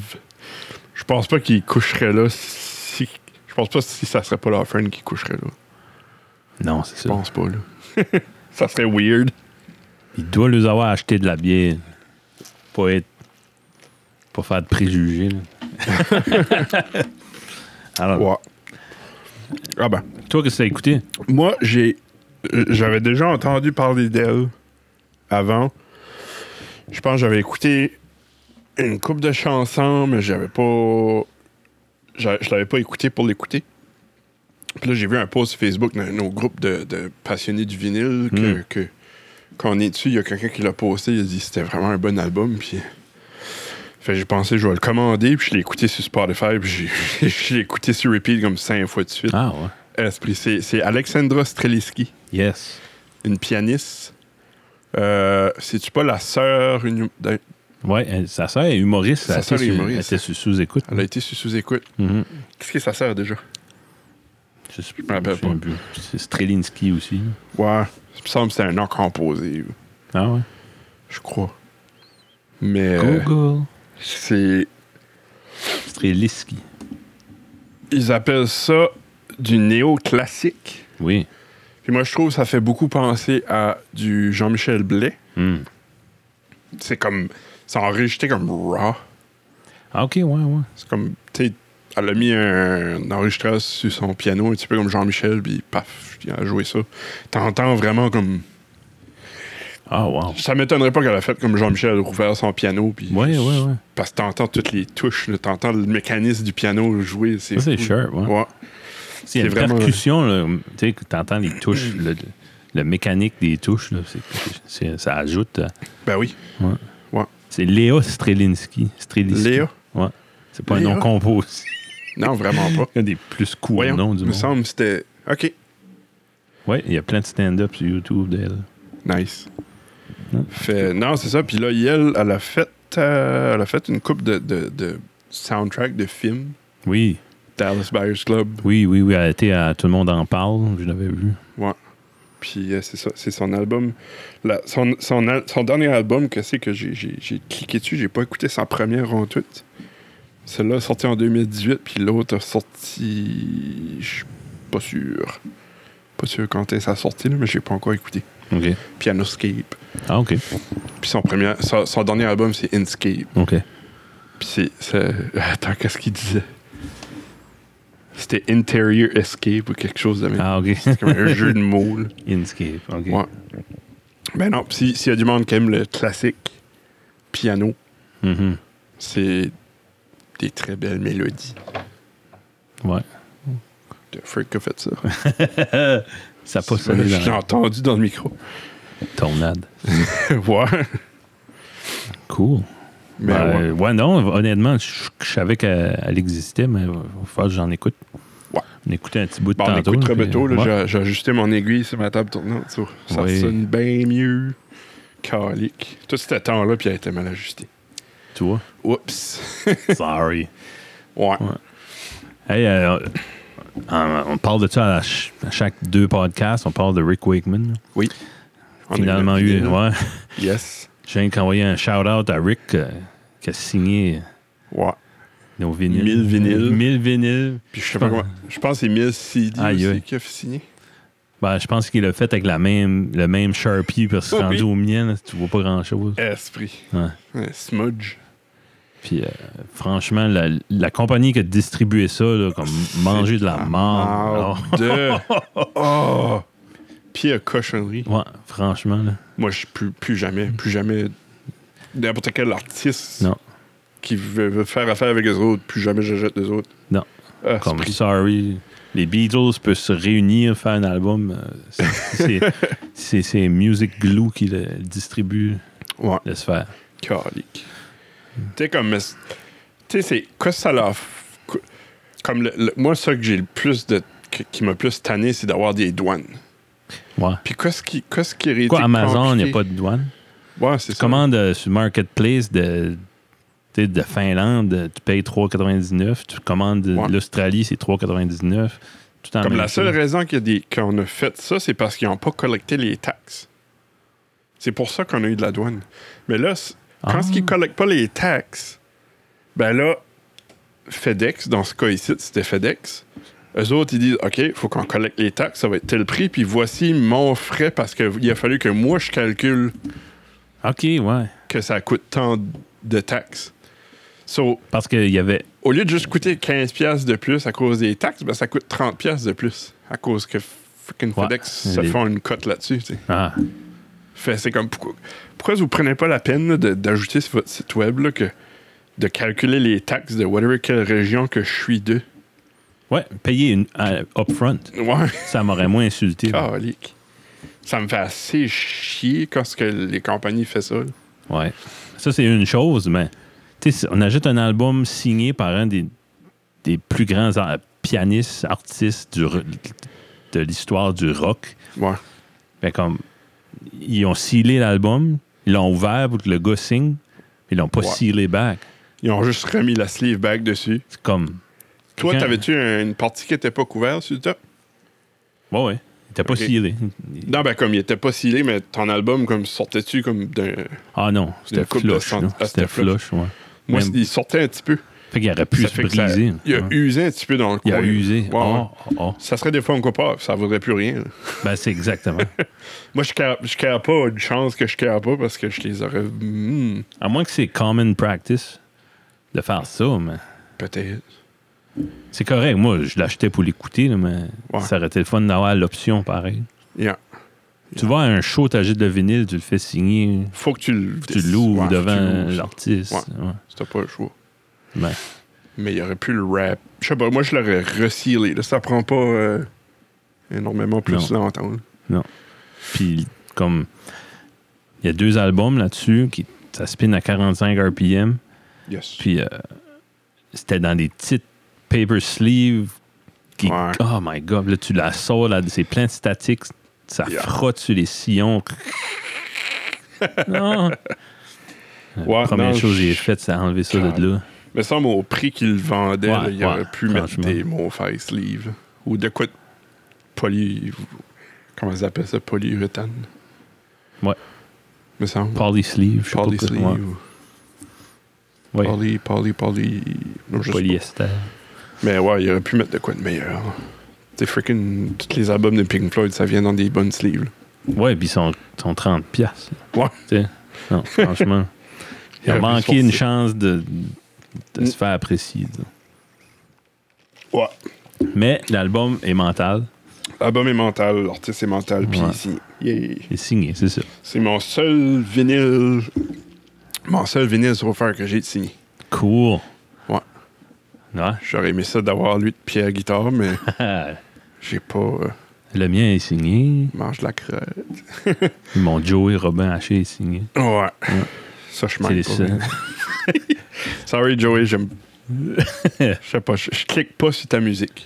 [SPEAKER 1] Je pense pas qu'il coucherait là si. Je pense pas si ça serait pas leur friend qui coucherait là.
[SPEAKER 2] Non, c'est
[SPEAKER 1] Je
[SPEAKER 2] ça.
[SPEAKER 1] pense pas, là. ça serait weird.
[SPEAKER 2] Il doit leur avoir acheté de la bière. Pas être. Pas faire de préjugés, là. Alors,
[SPEAKER 1] Ouais. Ah ben.
[SPEAKER 2] toi, qu'est-ce que t'as écouté?
[SPEAKER 1] Moi, j'ai. euh, J'avais déjà entendu parler d'elle avant. Je pense que j'avais écouté une coupe de chansons, mais j'avais pas. j'a- Je l'avais pas écouté pour l'écouter. Puis là, j'ai vu un post sur Facebook dans nos groupes de, de passionnés du vinyle que,
[SPEAKER 2] Mm.
[SPEAKER 1] que- qu'on est dessus. Il y a quelqu'un qui l'a posté, il a dit que c'était vraiment un bon album. Puis. Fait que j'ai pensé, je vais le commander, puis je l'ai écouté sur Spotify, puis j'ai- je l'ai écouté sur repeat comme cinq fois de suite.
[SPEAKER 2] Ah, ouais.
[SPEAKER 1] Esprit. C'est c'est Alexandra Streliski,
[SPEAKER 2] Yes.
[SPEAKER 1] une pianiste. Euh, C'est-tu pas la sœur? une- hum-, d'un-
[SPEAKER 2] Ouais, elle- sa sœur est humoriste.
[SPEAKER 1] Sa
[SPEAKER 2] elle
[SPEAKER 1] sœur
[SPEAKER 2] était
[SPEAKER 1] est
[SPEAKER 2] sous-
[SPEAKER 1] humoriste.
[SPEAKER 2] Elle était sous- sous-écoute.
[SPEAKER 1] Elle a été sous- sous-écoute.
[SPEAKER 2] Mhm.
[SPEAKER 1] Qu'est-ce que ça sert déjà?
[SPEAKER 2] Je sais
[SPEAKER 1] me rappelle
[SPEAKER 2] je me souviens plus. C'est Strelinski aussi. là.
[SPEAKER 1] Ouais, il me semble que c'est un nom composé,
[SPEAKER 2] Ah ouais.
[SPEAKER 1] je crois. Mais euh,
[SPEAKER 2] Google.
[SPEAKER 1] c'est...
[SPEAKER 2] Strelinski.
[SPEAKER 1] Ils appellent ça du néo-classique.
[SPEAKER 2] Oui.
[SPEAKER 1] Puis moi, je trouve que ça fait beaucoup penser à du Jean-Michel Blais.
[SPEAKER 2] Hmm.
[SPEAKER 1] C'est comme. C'est enregistré comme raw.
[SPEAKER 2] Ah, ok, ouais, ouais.
[SPEAKER 1] C'est comme. Tu sais, elle a mis un, un enregistreur sur son piano, un petit peu comme Jean-Michel, puis paf, il a joué ça. T'entends vraiment comme.
[SPEAKER 2] Ah, wow.
[SPEAKER 1] Ça m'étonnerait pas qu'elle a fait comme Jean-Michel, elle a rouvert son piano, puis.
[SPEAKER 2] Ouais, ouais, ouais.
[SPEAKER 1] Parce que t'entends toutes les touches, là, t'entends le mécanisme du piano jouer. C'est
[SPEAKER 2] Ça, c'est
[SPEAKER 1] cool.
[SPEAKER 2] sharp, ouais.
[SPEAKER 1] Ouais.
[SPEAKER 2] C'est une
[SPEAKER 1] vraiment-
[SPEAKER 2] percussion, là, tu sais, que t'entends les touches, le, le mécanique des touches, là, c'est- c'est- ça ajoute. euh,
[SPEAKER 1] Ben oui.
[SPEAKER 2] C'est Léa Strelinski. Strelinski.
[SPEAKER 1] Léa.
[SPEAKER 2] Ouais. C'est pas
[SPEAKER 1] Léa?
[SPEAKER 2] un nom compo aussi.
[SPEAKER 1] Non, vraiment pas.
[SPEAKER 2] Il y a des plus courts
[SPEAKER 1] Voyons.
[SPEAKER 2] noms du
[SPEAKER 1] il me
[SPEAKER 2] monde.
[SPEAKER 1] semble que c'était. OK.
[SPEAKER 2] Ouais, il y a plein de stand-up sur YouTube d'elle.
[SPEAKER 1] Nice.
[SPEAKER 2] Ouais.
[SPEAKER 1] Fait- non, c'est ça. Puis là, Yel, elle a fait, euh, elle a fait une coupe de, de, de soundtrack de films.
[SPEAKER 2] Oui,
[SPEAKER 1] Dallas Buyers Club.
[SPEAKER 2] oui, oui, oui. Elle a été à Tout le monde en parle, je l'avais vu.
[SPEAKER 1] Puis euh, c'est ça, c'est son album. La- son, son al- son dernier album, que c'est que j'ai- j'ai j'ai cliqué dessus, j'ai pas écouté sa première en tout. Celle-là est sortie en 2018, puis l'autre a sorti. Je suis pas sûr. Pas sûr quand est sa sortie, là, mais j'ai pas encore écouté.
[SPEAKER 2] OK.
[SPEAKER 1] Pianoscape.
[SPEAKER 2] Ah, OK.
[SPEAKER 1] Puis son, premier, son, son dernier album, c'est Inscape.
[SPEAKER 2] OK.
[SPEAKER 1] Puis c'est. c'est- Attends, qu'est-ce qu'il disait C'était Interior Escape ou quelque chose de même.
[SPEAKER 2] Ah, OK.
[SPEAKER 1] C'est comme un jeu de mots. là.
[SPEAKER 2] Inscape. OK.
[SPEAKER 1] Ouais. Ben non, pis si- s'il y a du monde qui aime le classique piano,
[SPEAKER 2] Mhm.
[SPEAKER 1] c'est des très belles mélodies.
[SPEAKER 2] Ouais.
[SPEAKER 1] De Freak a fait ça.
[SPEAKER 2] Ça a pas sonné dans
[SPEAKER 1] J'ai
[SPEAKER 2] la
[SPEAKER 1] entendu dans le micro.
[SPEAKER 2] tornade.
[SPEAKER 1] ouais.
[SPEAKER 2] Cool.
[SPEAKER 1] Mais
[SPEAKER 2] Ben,
[SPEAKER 1] ouais.
[SPEAKER 2] euh, ouais. non, honnêtement, je, je savais qu'elle elle existait, mais il va falloir que j'en écoute.
[SPEAKER 1] Ouais.
[SPEAKER 2] On écoutait un petit bout de
[SPEAKER 1] Bon, on
[SPEAKER 2] tantôt.
[SPEAKER 1] écoute
[SPEAKER 2] puis-
[SPEAKER 1] Roberto, là,
[SPEAKER 2] ouais.
[SPEAKER 1] j'ai- j'ai ajusté mon aiguille sur ma table tournante. Ça, ça
[SPEAKER 2] Oui.
[SPEAKER 1] sonne bien mieux. Calique. Tout ce temps-là, puis elle était mal ajustée.
[SPEAKER 2] Tu vois?
[SPEAKER 1] Oups.
[SPEAKER 2] Sorry.
[SPEAKER 1] Ouais.
[SPEAKER 2] Hey, euh, euh, on parle de ça à, la ch- à chaque deux podcasts. On parle de Rick Wakeman.
[SPEAKER 1] On a
[SPEAKER 2] Finalement
[SPEAKER 1] une
[SPEAKER 2] eu.
[SPEAKER 1] idée, là.
[SPEAKER 2] Ouais.
[SPEAKER 1] Yes.
[SPEAKER 2] Je viens d'envoyer un shout-out à Rick euh, qui a signé
[SPEAKER 1] Ouais.
[SPEAKER 2] nos vinyles.
[SPEAKER 1] 1000 vinyles.
[SPEAKER 2] 1000 vinyles.
[SPEAKER 1] Puis je sais pas
[SPEAKER 2] Ah.
[SPEAKER 1] comment. Je pense que c'est 1000 CD
[SPEAKER 2] Aïe,
[SPEAKER 1] aussi
[SPEAKER 2] aïe.
[SPEAKER 1] qui a signé.
[SPEAKER 2] Ben, je pense qu'il l'a fait avec la même, le même Sharpie parce que
[SPEAKER 1] Ah Oui.
[SPEAKER 2] rendu au mien, là, tu vois pas grand-chose.
[SPEAKER 1] Esprit.
[SPEAKER 2] Ouais.
[SPEAKER 1] Ouais, smudge.
[SPEAKER 2] Puis euh, franchement, la, la compagnie qui a distribué ça, là, comme
[SPEAKER 1] Ah,
[SPEAKER 2] manger de la mort.
[SPEAKER 1] De... oh! Pire cochonnerie.
[SPEAKER 2] Ouais, franchement. Là.
[SPEAKER 1] Moi, je plus, plus jamais, plus jamais. N'importe quel artiste
[SPEAKER 2] Non.
[SPEAKER 1] qui veut, veut faire affaire avec les autres, plus jamais je jette les autres.
[SPEAKER 2] Non.
[SPEAKER 1] Ah,
[SPEAKER 2] Comme
[SPEAKER 1] esprit.
[SPEAKER 2] sorry. Les Beatles peuvent se réunir, faire un album. euh, c'est- c'est- c'est- C'est Music Glue qui le distribue,
[SPEAKER 1] Ouais,
[SPEAKER 2] laisse faire.
[SPEAKER 1] calique. Tu sais, comme. Tu sais, c'est. Qu'est-ce que ça leur. f- qu- Comme le- le- moi, ça que j'ai le plus de. que- qui m'a plus tanné, c'est d'avoir des douanes.
[SPEAKER 2] Ouais.
[SPEAKER 1] Puis qu'est-ce qui. Qu'est-ce qui aurait
[SPEAKER 2] Quoi,
[SPEAKER 1] été
[SPEAKER 2] Amazon, il n'y
[SPEAKER 1] compliqué-
[SPEAKER 2] a pas de douane?
[SPEAKER 1] Ouais, c'est
[SPEAKER 2] Tu
[SPEAKER 1] ça.
[SPEAKER 2] commandes euh, sur Marketplace de, tu sais, de Finlande, euh, tu payes 3,99. Tu commandes de
[SPEAKER 1] Ouais.
[SPEAKER 2] l'Australie, c'est 3,99. Tout en
[SPEAKER 1] Comme
[SPEAKER 2] même
[SPEAKER 1] la seule
[SPEAKER 2] chose.
[SPEAKER 1] raison qu'il y a des- qu'on a fait ça, c'est parce qu'ils n'ont pas collecté les taxes. C'est pour ça qu'on a eu de la douane. Mais là, c- quand
[SPEAKER 2] Ah.
[SPEAKER 1] ils ne collectent pas les taxes, ben là, FedEx, dans ce cas ici, c'était FedEx. Eux autres, ils disent OK, il faut qu'on collecte les taxes, ça va être tel prix, puis voici mon frais parce qu'il a fallu que moi, je calcule
[SPEAKER 2] OK, ouais.
[SPEAKER 1] que ça coûte tant de taxes. So,
[SPEAKER 2] Parce qu'il y avait.
[SPEAKER 1] au lieu de juste coûter 15$ piastres de plus à cause des taxes, ben ça coûte 30$ piastres de plus à cause que freaking
[SPEAKER 2] Ouais.
[SPEAKER 1] FedEx se
[SPEAKER 2] Les-
[SPEAKER 1] font une cote là-dessus. tu sais.
[SPEAKER 2] Ah,
[SPEAKER 1] Fait c'est comme pourquoi, pourquoi vous prenez pas la peine là, de- d'ajouter sur votre site web là, que de calculer les taxes de whatever quelle région que je suis de.
[SPEAKER 2] ouais, payer une, à- upfront.
[SPEAKER 1] Ouais,
[SPEAKER 2] Ça m'aurait moins insulté.
[SPEAKER 1] Ah.
[SPEAKER 2] là.
[SPEAKER 1] calique. Ça me fait assez chier quand ce que les compagnies font ça. là.
[SPEAKER 2] Ouais. Ça, c'est une chose, mais tu sais, on achète un album signé par un des, des plus grands ar- pianistes, artistes du, r- de l'histoire du rock.
[SPEAKER 1] Ouais.
[SPEAKER 2] Ben, comme, ils ont scellé l'album, ils l'ont ouvert pour que le gars signe, mais ils l'ont pas
[SPEAKER 1] Ouais.
[SPEAKER 2] scellé back.
[SPEAKER 1] Ils ont juste remis la sleeve bag dessus.
[SPEAKER 2] C'est comme.
[SPEAKER 1] Toi,
[SPEAKER 2] Quelqu'un-
[SPEAKER 1] t'avais-tu une partie qui était pas couverte sur le top?
[SPEAKER 2] Ouais, ouais. Il était pas
[SPEAKER 1] Ok.
[SPEAKER 2] scellé.
[SPEAKER 1] Non, ben comme il était pas scellé, mais ton album comme sortait-tu comme d'un.
[SPEAKER 2] Ah non, c'était
[SPEAKER 1] couple de
[SPEAKER 2] flush.
[SPEAKER 1] cent-
[SPEAKER 2] là.
[SPEAKER 1] ah, c'était
[SPEAKER 2] C'était flush, ouais.
[SPEAKER 1] Moi,
[SPEAKER 2] Même-
[SPEAKER 1] il sortait un petit peu.
[SPEAKER 2] Fait qu'il aurait pu
[SPEAKER 1] Ça
[SPEAKER 2] se
[SPEAKER 1] fait que ça-
[SPEAKER 2] briser.
[SPEAKER 1] il a
[SPEAKER 2] Ouais.
[SPEAKER 1] usé un petit peu dans le
[SPEAKER 2] Il
[SPEAKER 1] coin.
[SPEAKER 2] a usé.
[SPEAKER 1] Ouais, ouais.
[SPEAKER 2] Oh, oh, oh.
[SPEAKER 1] Ça serait des fois Funko Pop, ça vaudrait plus rien. là.
[SPEAKER 2] Ben, c'est exactement.
[SPEAKER 1] Moi, je ne je care pas, une chance que je care pas parce que je les aurais. hmm,
[SPEAKER 2] À moins que c'est common practice de faire ça, mais
[SPEAKER 1] Peut-être.
[SPEAKER 2] c'est correct. Moi, je l'achetais pour l'écouter, là, mais
[SPEAKER 1] Ouais.
[SPEAKER 2] ça aurait été le fun d'avoir l'option pareil.
[SPEAKER 1] Yeah.
[SPEAKER 2] Tu vas à un show, t'agites le vinyle, tu le fais signer,
[SPEAKER 1] Faut que tu le.
[SPEAKER 2] tu
[SPEAKER 1] Ouais, faut
[SPEAKER 2] l'ouvres
[SPEAKER 1] que tu
[SPEAKER 2] devant
[SPEAKER 1] l'ouvres.
[SPEAKER 2] l'artiste. Ouais.
[SPEAKER 1] C'était pas le choix.
[SPEAKER 2] Ben,
[SPEAKER 1] Mais il aurait pu le rap. Je sais pas, moi je l'aurais resealé. là. Ça prend pas euh, énormément plus longtemps. là.
[SPEAKER 2] Puis, comme, il y a deux albums là-dessus, qui ça spin à 45 RPM.
[SPEAKER 1] Yes.
[SPEAKER 2] Puis euh, c'était dans des petites paper sleeves. Qui,
[SPEAKER 1] Ouais.
[SPEAKER 2] Oh my god, là tu la sors, là, c'est plein de statiques. Ça
[SPEAKER 1] Yeah.
[SPEAKER 2] frotte sur les sillons. non.
[SPEAKER 1] Ouais,
[SPEAKER 2] euh, Première
[SPEAKER 1] non,
[SPEAKER 2] chose que j'ai
[SPEAKER 1] je-
[SPEAKER 2] faite, c'est enlever ça de là.
[SPEAKER 1] Mais ça, mon prix qu'il vendait,
[SPEAKER 2] Ouais,
[SPEAKER 1] là, il
[SPEAKER 2] ouais,
[SPEAKER 1] aurait pu mettre
[SPEAKER 2] franchement.
[SPEAKER 1] des mots face sleeve. Ou de quoi de poly. Comment ils appellent ça Polyuréthane.
[SPEAKER 2] Ouais.
[SPEAKER 1] Me semble.
[SPEAKER 2] Poly sleeve, je sais pas
[SPEAKER 1] Poly
[SPEAKER 2] quoi.
[SPEAKER 1] sleeve.
[SPEAKER 2] Ouais.
[SPEAKER 1] ou
[SPEAKER 2] Ouais.
[SPEAKER 1] Poly, poly, poly. Non, je sais pas.
[SPEAKER 2] Polyester.
[SPEAKER 1] Mais ouais, il aurait pu mettre de quoi de meilleur. T'es freaking. Tous les albums de Pink Floyd, ça vient dans des bonnes sleeves. là.
[SPEAKER 2] Ouais, puis ils sont, sont 30 piastres.
[SPEAKER 1] Ouais.
[SPEAKER 2] Tu sais, non, franchement.
[SPEAKER 1] Il
[SPEAKER 2] Il a
[SPEAKER 1] aurait pu se
[SPEAKER 2] manqué une
[SPEAKER 1] forcer.
[SPEAKER 2] chance de, de
[SPEAKER 1] Mm.
[SPEAKER 2] se faire apprécier. disons.
[SPEAKER 1] Ouais.
[SPEAKER 2] Mais l'album est mental.
[SPEAKER 1] L'album est mental, l'artiste est mental, puis
[SPEAKER 2] Ouais.
[SPEAKER 1] ici, yay.
[SPEAKER 2] Il est signé, c'est ça.
[SPEAKER 1] C'est mon seul vinyle. Mon seul vinyle sur offert que j'ai de signé.
[SPEAKER 2] Cool.
[SPEAKER 1] Ouais.
[SPEAKER 2] Ouais.
[SPEAKER 1] J'aurais aimé ça d'avoir lui de pied à guitare, mais
[SPEAKER 2] Le
[SPEAKER 1] j'ai pas. euh,
[SPEAKER 2] mien est signé.
[SPEAKER 1] mange de la crête.
[SPEAKER 2] Mon Joey Robin Haché est signé.
[SPEAKER 1] Ouais. Ça, je
[SPEAKER 2] C'est
[SPEAKER 1] manque pas.
[SPEAKER 2] ça.
[SPEAKER 1] Sorry, Joey, j'aime. Je sais pas, je je clique pas sur ta musique.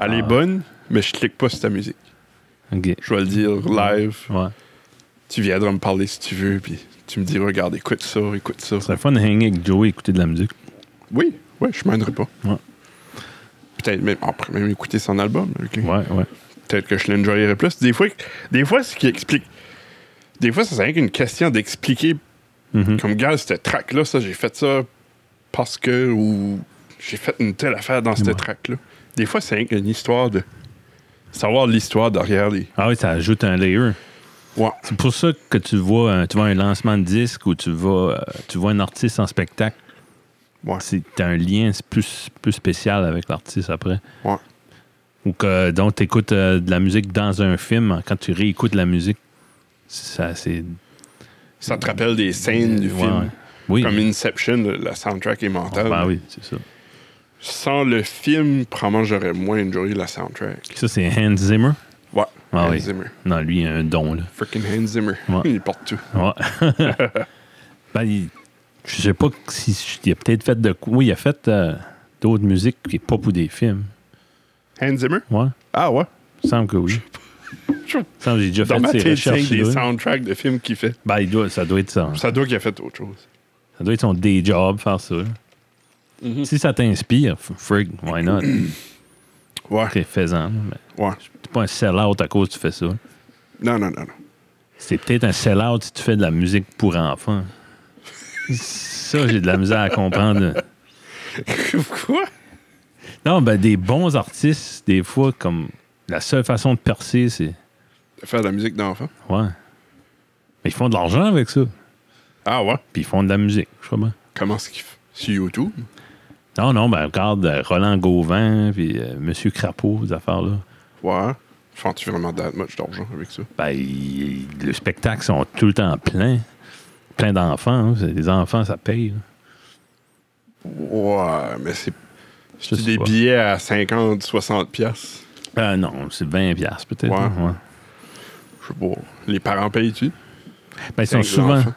[SPEAKER 1] Elle est
[SPEAKER 2] Ah.
[SPEAKER 1] bonne, mais je clique pas sur ta musique.
[SPEAKER 2] OK.
[SPEAKER 1] Je vais le dire live.
[SPEAKER 2] Ouais.
[SPEAKER 1] Tu viendras me parler si tu veux, puis tu me dis, regarde, écoute ça, écoute ça.
[SPEAKER 2] Ce serait fun de hanger avec Joey et écouter de la musique.
[SPEAKER 1] Oui, oui, je m'aiderai pas.
[SPEAKER 2] Ouais.
[SPEAKER 1] Peut-être même, on pourrait même écouter son album. avec lui.
[SPEAKER 2] Ouais, ouais.
[SPEAKER 1] Peut-être que je l'enjoyerais plus. Des fois, des fois, ce qui explique. Des fois, ça c'est rien qu'une question d'expliquer
[SPEAKER 2] Mhm.
[SPEAKER 1] comme gars, cette track-là, ça, j'ai fait ça parce que. ou j'ai fait une telle affaire dans cette
[SPEAKER 2] Ouais.
[SPEAKER 1] track-là. Des fois, c'est rien qu'une histoire de. savoir l'histoire derrière les.
[SPEAKER 2] Ah oui, ça ajoute un layer.
[SPEAKER 1] Ouais.
[SPEAKER 2] C'est pour ça que tu vois, un- tu vois un lancement de disque ou tu vois, euh, tu vois un artiste en spectacle.
[SPEAKER 1] Ouais.
[SPEAKER 2] C'est t'as un lien c'est plus, plus spécial avec l'artiste après.
[SPEAKER 1] Ouais.
[SPEAKER 2] Ou que donc tu écoutes de la musique dans un film, quand tu réécoutes la musique, ça c'est.
[SPEAKER 1] Ça te rappelle des scènes du
[SPEAKER 2] Ouais,
[SPEAKER 1] film.
[SPEAKER 2] ouais. Oui.
[SPEAKER 1] Comme Inception, le- la soundtrack est mentale.
[SPEAKER 2] Ben oui, c'est ça.
[SPEAKER 1] Sans le film, probablement, j'aurais moins enjoyé la soundtrack.
[SPEAKER 2] Ça, c'est Hans Zimmer.
[SPEAKER 1] Ouais.
[SPEAKER 2] Ah
[SPEAKER 1] Hans
[SPEAKER 2] oui.
[SPEAKER 1] Zimmer.
[SPEAKER 2] Non, lui, il a un don, là.
[SPEAKER 1] Freaking Hans Zimmer.
[SPEAKER 2] Ouais.
[SPEAKER 1] Il est partout.
[SPEAKER 2] Ouais. ben, il- je sais pas si il a peut-être fait de quoi. Oui, il a fait euh, d'autres musiques qui n'est pas pour des films.
[SPEAKER 1] Hans Zimmer?
[SPEAKER 2] Ouais.
[SPEAKER 1] Ah ouais.
[SPEAKER 2] Il me semble que oui.
[SPEAKER 1] Je-
[SPEAKER 2] Il me semble que j'ai déjà
[SPEAKER 1] Dans ma
[SPEAKER 2] fait ses
[SPEAKER 1] tête, c'est
[SPEAKER 2] recherches.
[SPEAKER 1] des
[SPEAKER 2] là.
[SPEAKER 1] soundtracks de films qu'il fait.
[SPEAKER 2] Ben, il doit, ça, doit être son,
[SPEAKER 1] Ça doit qu'il a fait autre chose.
[SPEAKER 2] ça doit être son day job, faire ça. là.
[SPEAKER 1] Mhm.
[SPEAKER 2] Si ça t'inspire, f- frig, why not?
[SPEAKER 1] Ouais.
[SPEAKER 2] C'est faisant. Mais
[SPEAKER 1] Ouais.
[SPEAKER 2] t'es pas un sell-out à cause que tu fais ça.
[SPEAKER 1] Non, non, non, non.
[SPEAKER 2] C'est peut-être un sell-out si tu fais de la musique pour enfants. Ça, j'ai de la misère à comprendre.
[SPEAKER 1] Quoi?
[SPEAKER 2] Non, ben des bons artistes, des fois, comme la seule façon de percer, c'est.
[SPEAKER 1] De faire de la musique d'enfant.
[SPEAKER 2] Ouais. Mais ils font de l'argent avec ça.
[SPEAKER 1] Ah ouais?
[SPEAKER 2] Puis ils font de la musique, je crois bien.
[SPEAKER 1] Comment est-ce qu'il fait? Sur YouTube?
[SPEAKER 2] Non, non, ben regarde euh, Roland Gauvin, puis euh, Monsieur Crapaud, ces affaires-là.
[SPEAKER 1] Ouais. Fends-tu vraiment that much d'argent avec ça?
[SPEAKER 2] Ben, ils- ils- le spectacle sont tout le temps plein. Plein d'enfants. hein. C'est- Les enfants, ça paye. là.
[SPEAKER 1] Ouais, mais c'est
[SPEAKER 2] Je
[SPEAKER 1] c'est
[SPEAKER 2] sais
[SPEAKER 1] des
[SPEAKER 2] pas.
[SPEAKER 1] billets à 50, 60 piastres.
[SPEAKER 2] Euh, non, c'est 20$ piastres, peut-être.
[SPEAKER 1] Ouais.
[SPEAKER 2] hein, Ouais.
[SPEAKER 1] Je sais pas. Les parents payent-tu?
[SPEAKER 2] Ben, ils sont
[SPEAKER 1] Avec
[SPEAKER 2] souvent.
[SPEAKER 1] l'enfant.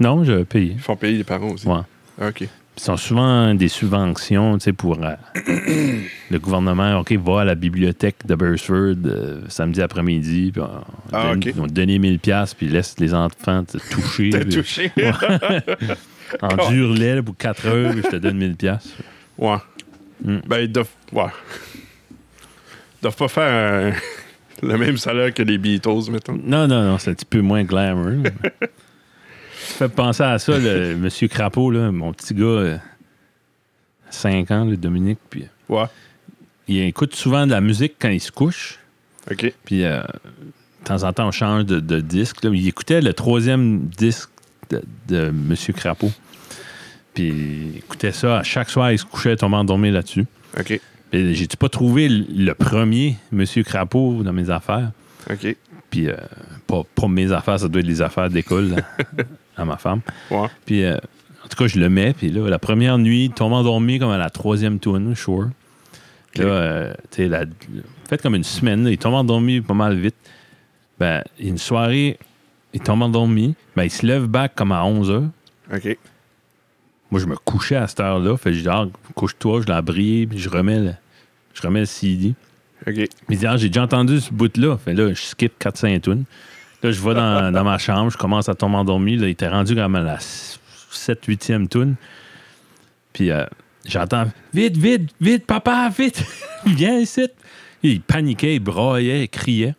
[SPEAKER 2] Non, je paye.
[SPEAKER 1] Ils font payer les parents aussi. Ah,
[SPEAKER 2] Ouais.
[SPEAKER 1] OK.
[SPEAKER 2] Ils sont souvent des subventions, tu sais, pour euh, le gouvernement. OK, va à la bibliothèque de Beresford euh, samedi après-midi, puis on,
[SPEAKER 1] Ah,
[SPEAKER 2] donne-
[SPEAKER 1] ok.
[SPEAKER 2] ils vont te donner 1000 pièces puis laisse les enfants te toucher.
[SPEAKER 1] T'es
[SPEAKER 2] puis
[SPEAKER 1] touché?
[SPEAKER 2] Endure-les pour 4 heures, puis je te donne 1000 pièces
[SPEAKER 1] Ouais.
[SPEAKER 2] Mm.
[SPEAKER 1] Ben, ils doivent. Ouais. Ils doivent pas faire un- le même salaire que les Beatles, mettons.
[SPEAKER 2] Non, non, non, c'est un petit peu moins glamour. Ça fait penser à ça, le monsieur Crapaud, là, mon petit gars. euh, 5 ans, le Dominique, puis euh,
[SPEAKER 1] Ouais.
[SPEAKER 2] il écoute souvent de la musique quand il se couche.
[SPEAKER 1] OK.
[SPEAKER 2] Puis euh, de temps en temps, on change de, de disque. là. Il écoutait le troisième disque de, de Monsieur Crapaud. Puis il écoutait ça. À chaque soir, il se couchait, tombait endormi là-dessus.
[SPEAKER 1] OK.
[SPEAKER 2] Puis j'ai-tu pas trouvé le- le premier Monsieur Crapaud dans mes affaires?
[SPEAKER 1] OK.
[SPEAKER 2] Puis euh, pas, pas mes affaires, ça doit être les affaires d'école là, à ma femme.
[SPEAKER 1] Ouais.
[SPEAKER 2] Puis euh, en tout cas, je le mets. Puis là, la première nuit, tombe endormi comme à la troisième tourne, sure. Puis Là,
[SPEAKER 1] Ok.
[SPEAKER 2] euh, tu sais, la- fait comme une semaine, là, il tombe endormi pas mal vite. Ben, une soirée, il tombe endormi. Ben, il se lève back comme à 11 h
[SPEAKER 1] OK.
[SPEAKER 2] Moi, je me couchais à cette heure-là. Fait que je dis, ah, couche-toi, je l'abris, puis je remets le, je remets le CD.
[SPEAKER 1] OK.
[SPEAKER 2] Il dit, ah, j'ai déjà entendu ce bout-là. Fait là, je skip 4-5 tunes. Là, je vais dans, dans ma chambre, je commence à tomber endormi. Là, il était rendu comme à la 7-8e tune. Puis euh, j'entends, vite, vite, vite, papa, vite, viens ici. Il paniquait, il braillait, il criait.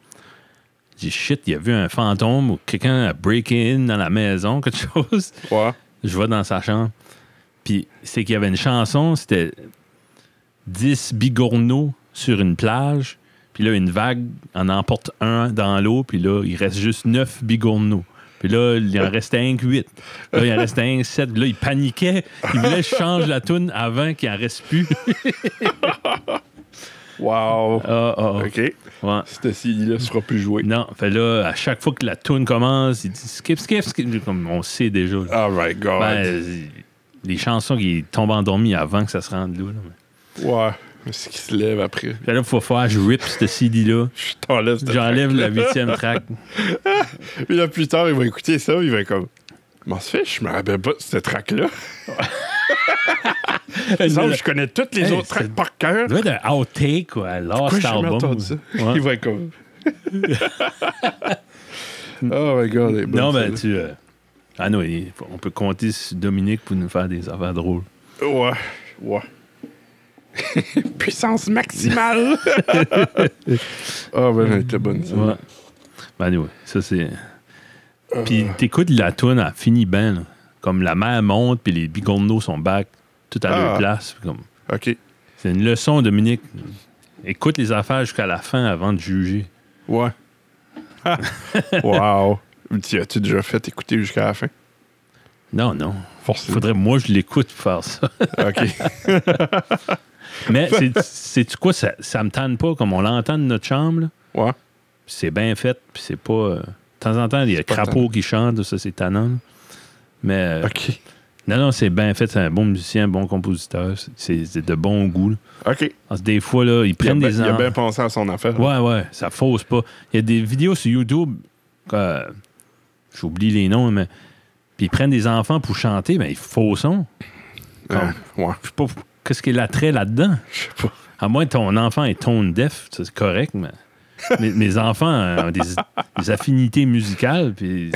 [SPEAKER 2] J'ai dit, shit, il a vu un fantôme ou quelqu'un a break-in dans la maison, quelque chose
[SPEAKER 1] Ouais.
[SPEAKER 2] je vais dans sa chambre. Puis c'est qu'il y avait une chanson, c'était 10 bigourneaux sur une plage. Puis là, une vague en emporte un dans l'eau. Puis là, il reste juste 9 bigourneaux. Puis là, il en restait un que 8. Là, il en restait un que 7. Puis là, il paniquait. Il voulait que je change la toune avant qu'il en reste plus.
[SPEAKER 1] Wow.
[SPEAKER 2] Ah, ah, ah.
[SPEAKER 1] Euh, OK.
[SPEAKER 2] Ouais.
[SPEAKER 1] Cette CD-là sera plus jouée.
[SPEAKER 2] Non, fait là, à chaque fois que la toune commence, il dit skip, skip, skip. Comme on sait déjà. là.
[SPEAKER 1] Oh my God.
[SPEAKER 2] Ben, les chansons qui tombent endormies avant que ça se rende là. là.
[SPEAKER 1] Ouais. Mais c'est qui se lève après.
[SPEAKER 2] Puis là, faut faire, je rip ce CD-là.
[SPEAKER 1] Je t'enlève cette
[SPEAKER 2] J'enlève
[SPEAKER 1] track-là.
[SPEAKER 2] la huitième track.
[SPEAKER 1] Puis là, plus tard, il va écouter ça, il va être comme. Comment ça fait? Je me rappelle pas de cette track-là. Il me semble que je connais toutes les
[SPEAKER 2] Hey,
[SPEAKER 1] autres tracks
[SPEAKER 2] c'est-
[SPEAKER 1] par cœur.
[SPEAKER 2] Ça doit être un outtake ou
[SPEAKER 1] Pourquoi
[SPEAKER 2] un last
[SPEAKER 1] j'ai jamais
[SPEAKER 2] Ah, album.
[SPEAKER 1] entendu ça?
[SPEAKER 2] Ouais.
[SPEAKER 1] Il va être comme. oh my god, elle est bonne,
[SPEAKER 2] Non, ben
[SPEAKER 1] celle-là.
[SPEAKER 2] tu. euh, Ah non, il- on peut compter sur Dominique pour nous faire des affaires drôles.
[SPEAKER 1] Ouais, ouais. Puissance maximale! Ah, ben, elle était bonne, ça.
[SPEAKER 2] Ouais. Ben anyway, ça c'est.
[SPEAKER 1] Euh.
[SPEAKER 2] Puis t'écoutes la toune, elle finit bien. là. Comme la mer monte, puis les bigourneaux sont back, tout à
[SPEAKER 1] Ah.
[SPEAKER 2] leur place. puis comme-
[SPEAKER 1] Ok.
[SPEAKER 2] C'est une leçon, Dominique. Écoute les affaires jusqu'à la fin avant de juger.
[SPEAKER 1] Ouais. Ah. wow. Tu as-tu déjà fait écouter jusqu'à la fin?
[SPEAKER 2] Non, non.
[SPEAKER 1] Forcément.
[SPEAKER 2] Faudrait, moi, je l'écoute pour faire ça.
[SPEAKER 1] Ok.
[SPEAKER 2] Mais c'est- c'est-tu quoi, ça, ça me tanne pas comme on l'entend de notre chambre. là.
[SPEAKER 1] Ouais.
[SPEAKER 2] C'est bien fait, puis c'est pas. euh, de temps en temps, il y a
[SPEAKER 1] pas
[SPEAKER 2] Crapaud qui chante, ça c'est tannant. là. Mais euh,
[SPEAKER 1] Ok.
[SPEAKER 2] non, non, c'est bien fait, c'est un bon musicien, un bon compositeur, c'est- c'est c'est de bon goût. là.
[SPEAKER 1] Ok.
[SPEAKER 2] Parce que des fois, là, ils
[SPEAKER 1] Il a,
[SPEAKER 2] prennent
[SPEAKER 1] ben-
[SPEAKER 2] des
[SPEAKER 1] il a
[SPEAKER 2] en-
[SPEAKER 1] bien pensé à son affaire.
[SPEAKER 2] Ouais, ouais, ça fausse pas. Il y a des vidéos sur YouTube, euh, j'oublie les noms, mais. Puis ils prennent des enfants pour chanter, mais ils faussons.
[SPEAKER 1] Ah, ouais.
[SPEAKER 2] Je sais pas qu'est-ce qu'il y a l'attrait là-dedans.
[SPEAKER 1] Je sais pas.
[SPEAKER 2] À moins que ton enfant est tone deaf, ça, c'est correct, mais mes, mes enfants euh, ont des, des affinités musicales, puis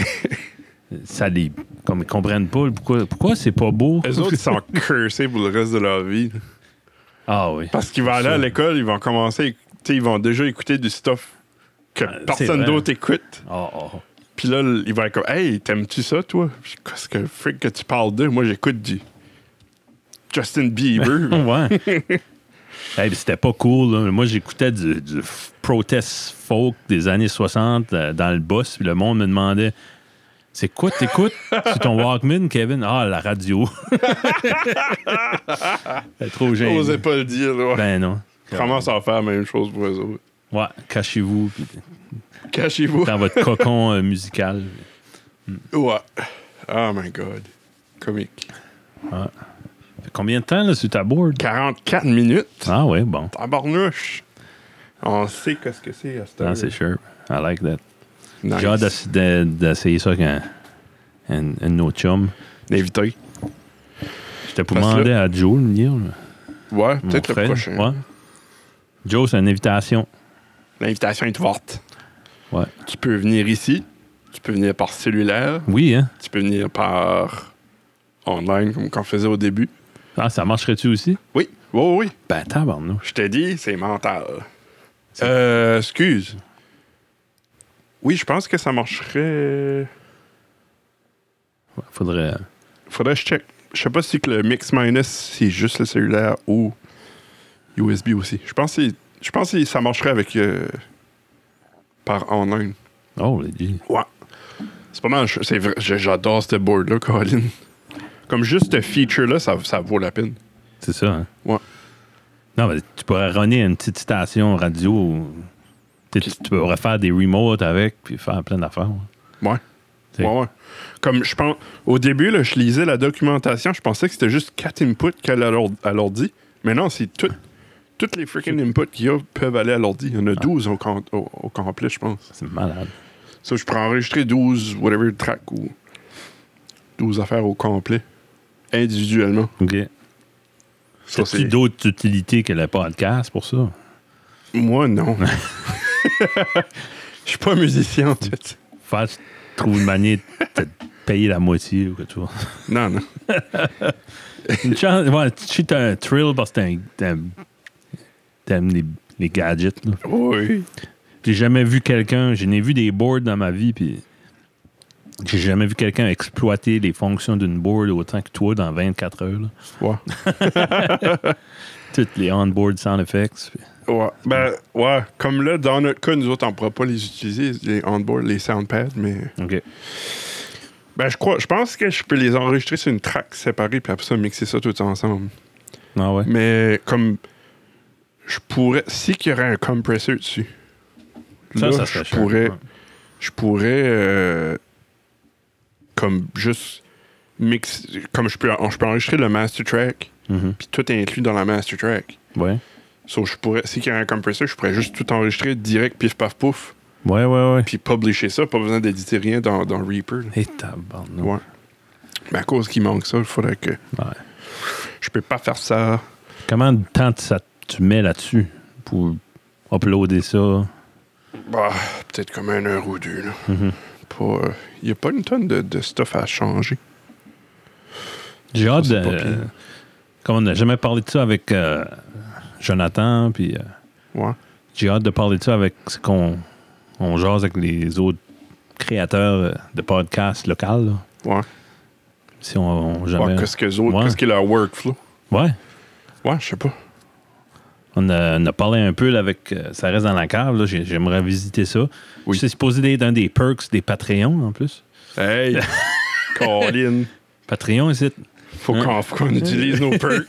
[SPEAKER 2] ça les. Comme ils comprennent pas pourquoi, pourquoi c'est pas beau.
[SPEAKER 1] Eux autres, ils sont cursés pour le reste de leur vie.
[SPEAKER 2] Ah oui.
[SPEAKER 1] Parce qu'ils vont aller à l'école, ils vont commencer, tu sais, ils vont déjà écouter du stuff que
[SPEAKER 2] Ah, c'est
[SPEAKER 1] personne
[SPEAKER 2] vrai.
[SPEAKER 1] d'autre écoute.
[SPEAKER 2] Ah, ah.
[SPEAKER 1] Puis là, ils vont être comme, hey, t'aimes-tu ça, toi? Puis, Qu'est-ce que fric que tu parles de? Moi, j'écoute du Justin Bieber.
[SPEAKER 2] ah. Ouais. Hey, puis c'était pas cool. là. Moi, j'écoutais du, du f- protest folk des années 60 euh, dans le boss, puis le monde me demandait C'est quoi t'écoutes C'est ton Walkman, Kevin Ah, la radio. C'est trop gênant.
[SPEAKER 1] J'osais pas le dire, ouais.
[SPEAKER 2] Ben non.
[SPEAKER 1] Commence à faire la même chose pour eux autres.
[SPEAKER 2] Ouais, cachez-vous puis
[SPEAKER 1] Cachez-vous.
[SPEAKER 2] dans votre cocon euh, musical.
[SPEAKER 1] Ouais. Oh my God. Comique.
[SPEAKER 2] Fait combien de temps là, sur ta board
[SPEAKER 1] 44 minutes.
[SPEAKER 2] Ah ouais, bon.
[SPEAKER 1] Tabarnouche. On sait qu'est-ce que c'est à cette
[SPEAKER 2] Ah,
[SPEAKER 1] heure.
[SPEAKER 2] c'est sûr. I like that.
[SPEAKER 1] Nice.
[SPEAKER 2] J'ai hâte d'ess- de- d'essayer ça avec un, un, un autre chum.
[SPEAKER 1] L'invité.
[SPEAKER 2] J'étais pour
[SPEAKER 1] Parce que
[SPEAKER 2] demander à Joe de venir. là,
[SPEAKER 1] Ouais,
[SPEAKER 2] mon
[SPEAKER 1] peut-être le
[SPEAKER 2] frère.
[SPEAKER 1] prochain.
[SPEAKER 2] Ouais. Joe, c'est une invitation.
[SPEAKER 1] L'invitation est ouverte.
[SPEAKER 2] Ouais.
[SPEAKER 1] Tu peux venir ici, tu peux venir par cellulaire,
[SPEAKER 2] Oui, hein?
[SPEAKER 1] tu peux venir par online, comme qu'on faisait au début.
[SPEAKER 2] Ah, ça marcherait-tu aussi?
[SPEAKER 1] Oui, oui, oui, oui.
[SPEAKER 2] Ben, tabarnouche.
[SPEAKER 1] Je t'ai dit, c'est mental. Euh, excuse. Oui, je pense que ça marcherait.
[SPEAKER 2] Ouais, faudrait.
[SPEAKER 1] Faudrait que je check. Je sais pas si que le mix minus, c'est juste le cellulaire ou USB aussi. Je pense que, c'est- je pense que ça marcherait avec. euh, par en ligne.
[SPEAKER 2] Oh, les gars.
[SPEAKER 1] Ouais. C'est pas mal. je- c'est vrai, j'- J'adore ce board-là, Colin. Comme juste ce feature-là, ça, ça vaut la peine.
[SPEAKER 2] c'est ça. Hein?
[SPEAKER 1] Ouais.
[SPEAKER 2] Non, mais tu pourrais runner une petite station radio. ou- Tu, sais, tu- tu pourrais faire des remotes avec puis faire plein d'affaires. ouais.
[SPEAKER 1] Ouais.
[SPEAKER 2] C'est-
[SPEAKER 1] Ouais, ouais. Comme je pense. Au début, là, je lisais la documentation, je pensais que c'était juste 4 inputs qu'elle a à l'ord- à l'ordi. Mais non, c'est tout. Toutes les freaking inputs qu'il y a peuvent aller à l'ordi. Il y en a 12 au, com- au- au complet, je pense.
[SPEAKER 2] C'est malade.
[SPEAKER 1] Ça, je pourrais enregistrer 12, whatever, track ou 12 affaires au complet, individuellement.
[SPEAKER 2] OK.
[SPEAKER 1] Ça,
[SPEAKER 2] As-tu
[SPEAKER 1] c'est.
[SPEAKER 2] d'autres utilités que le podcast pour ça?
[SPEAKER 1] Moi, non. Je suis pas musicien, en fait.
[SPEAKER 2] Faire, trouver une manière de te payer la moitié ou quelque chose.
[SPEAKER 1] Non, non.
[SPEAKER 2] Une chance, ouais, si t'as un thrill parce que t'aimes- t'aimes t'aimes les, les gadgets. là.
[SPEAKER 1] Oui.
[SPEAKER 2] J'ai jamais vu quelqu'un, je n'ai vu des boards dans ma vie, puis j'ai jamais vu quelqu'un exploiter les fonctions d'une board autant que toi dans 24 heures. là.
[SPEAKER 1] Ouais.
[SPEAKER 2] Toutes les on-board sound effects. puis-
[SPEAKER 1] Ouais. Ben, ouais. Comme là, dans notre cas, nous autres, on pourra pas les utiliser, les onboard, les soundpads, mais.
[SPEAKER 2] OK.
[SPEAKER 1] Ben, je crois. Je pense que je peux les enregistrer sur une track séparée, puis après ça, mixer ça tout ensemble.
[SPEAKER 2] Ah ouais.
[SPEAKER 1] Mais, comme. Je pourrais. Si qu'il y aurait un compresseur dessus. là, je
[SPEAKER 2] cher.
[SPEAKER 1] pourrais.
[SPEAKER 2] Ouais.
[SPEAKER 1] Je pourrais. euh, comme juste. Mix, comme je peux, je peux enregistrer le master track,
[SPEAKER 2] Mhm.
[SPEAKER 1] puis tout est inclus dans la master track.
[SPEAKER 2] ouais.
[SPEAKER 1] So, je pourrais, si qu'il y a un compresseur, je pourrais juste tout enregistrer direct, pif paf pouf,
[SPEAKER 2] Ouais, ouais, ouais.
[SPEAKER 1] puis publisher ça, pas besoin d'éditer rien dans, dans Reaper. là.
[SPEAKER 2] Et tabarnak.
[SPEAKER 1] Ouais. Mais à cause qu'il manque ça, il faudrait que.
[SPEAKER 2] Ouais.
[SPEAKER 1] Je peux pas faire ça.
[SPEAKER 2] Comment de temps tu- ça, tu mets là-dessus pour uploader ça?
[SPEAKER 1] Bah, peut-être comme un heure ou deux. Il
[SPEAKER 2] Mhm.
[SPEAKER 1] n'y a pas une tonne de, de stuff à changer.
[SPEAKER 2] J'ai hâte de. euh,
[SPEAKER 1] c'est pas pire.
[SPEAKER 2] comme on n'a jamais parlé de ça avec euh, Jonathan, puis euh,
[SPEAKER 1] Ouais.
[SPEAKER 2] j'ai hâte de parler de ça avec ce qu'on on jase avec les autres créateurs euh, de podcasts locaux. là.
[SPEAKER 1] Ouais.
[SPEAKER 2] Si on, on
[SPEAKER 1] Ouais,
[SPEAKER 2] jamais.
[SPEAKER 1] qu'est-ce que les autres,
[SPEAKER 2] Ouais.
[SPEAKER 1] qu'est-ce qu'il y a leur workflow?
[SPEAKER 2] Ouais.
[SPEAKER 1] Ouais, je sais pas.
[SPEAKER 2] On a, on a parlé un peu là, avec. euh, ça reste dans la cave, là. J'ai- j'aimerais visiter ça.
[SPEAKER 1] Oui.
[SPEAKER 2] C'est supposé être un des perks des Patreons en plus.
[SPEAKER 1] Hey! Colin!
[SPEAKER 2] Patreon, c'est.
[SPEAKER 1] Faut qu'on faut qu'on utilise nos perks.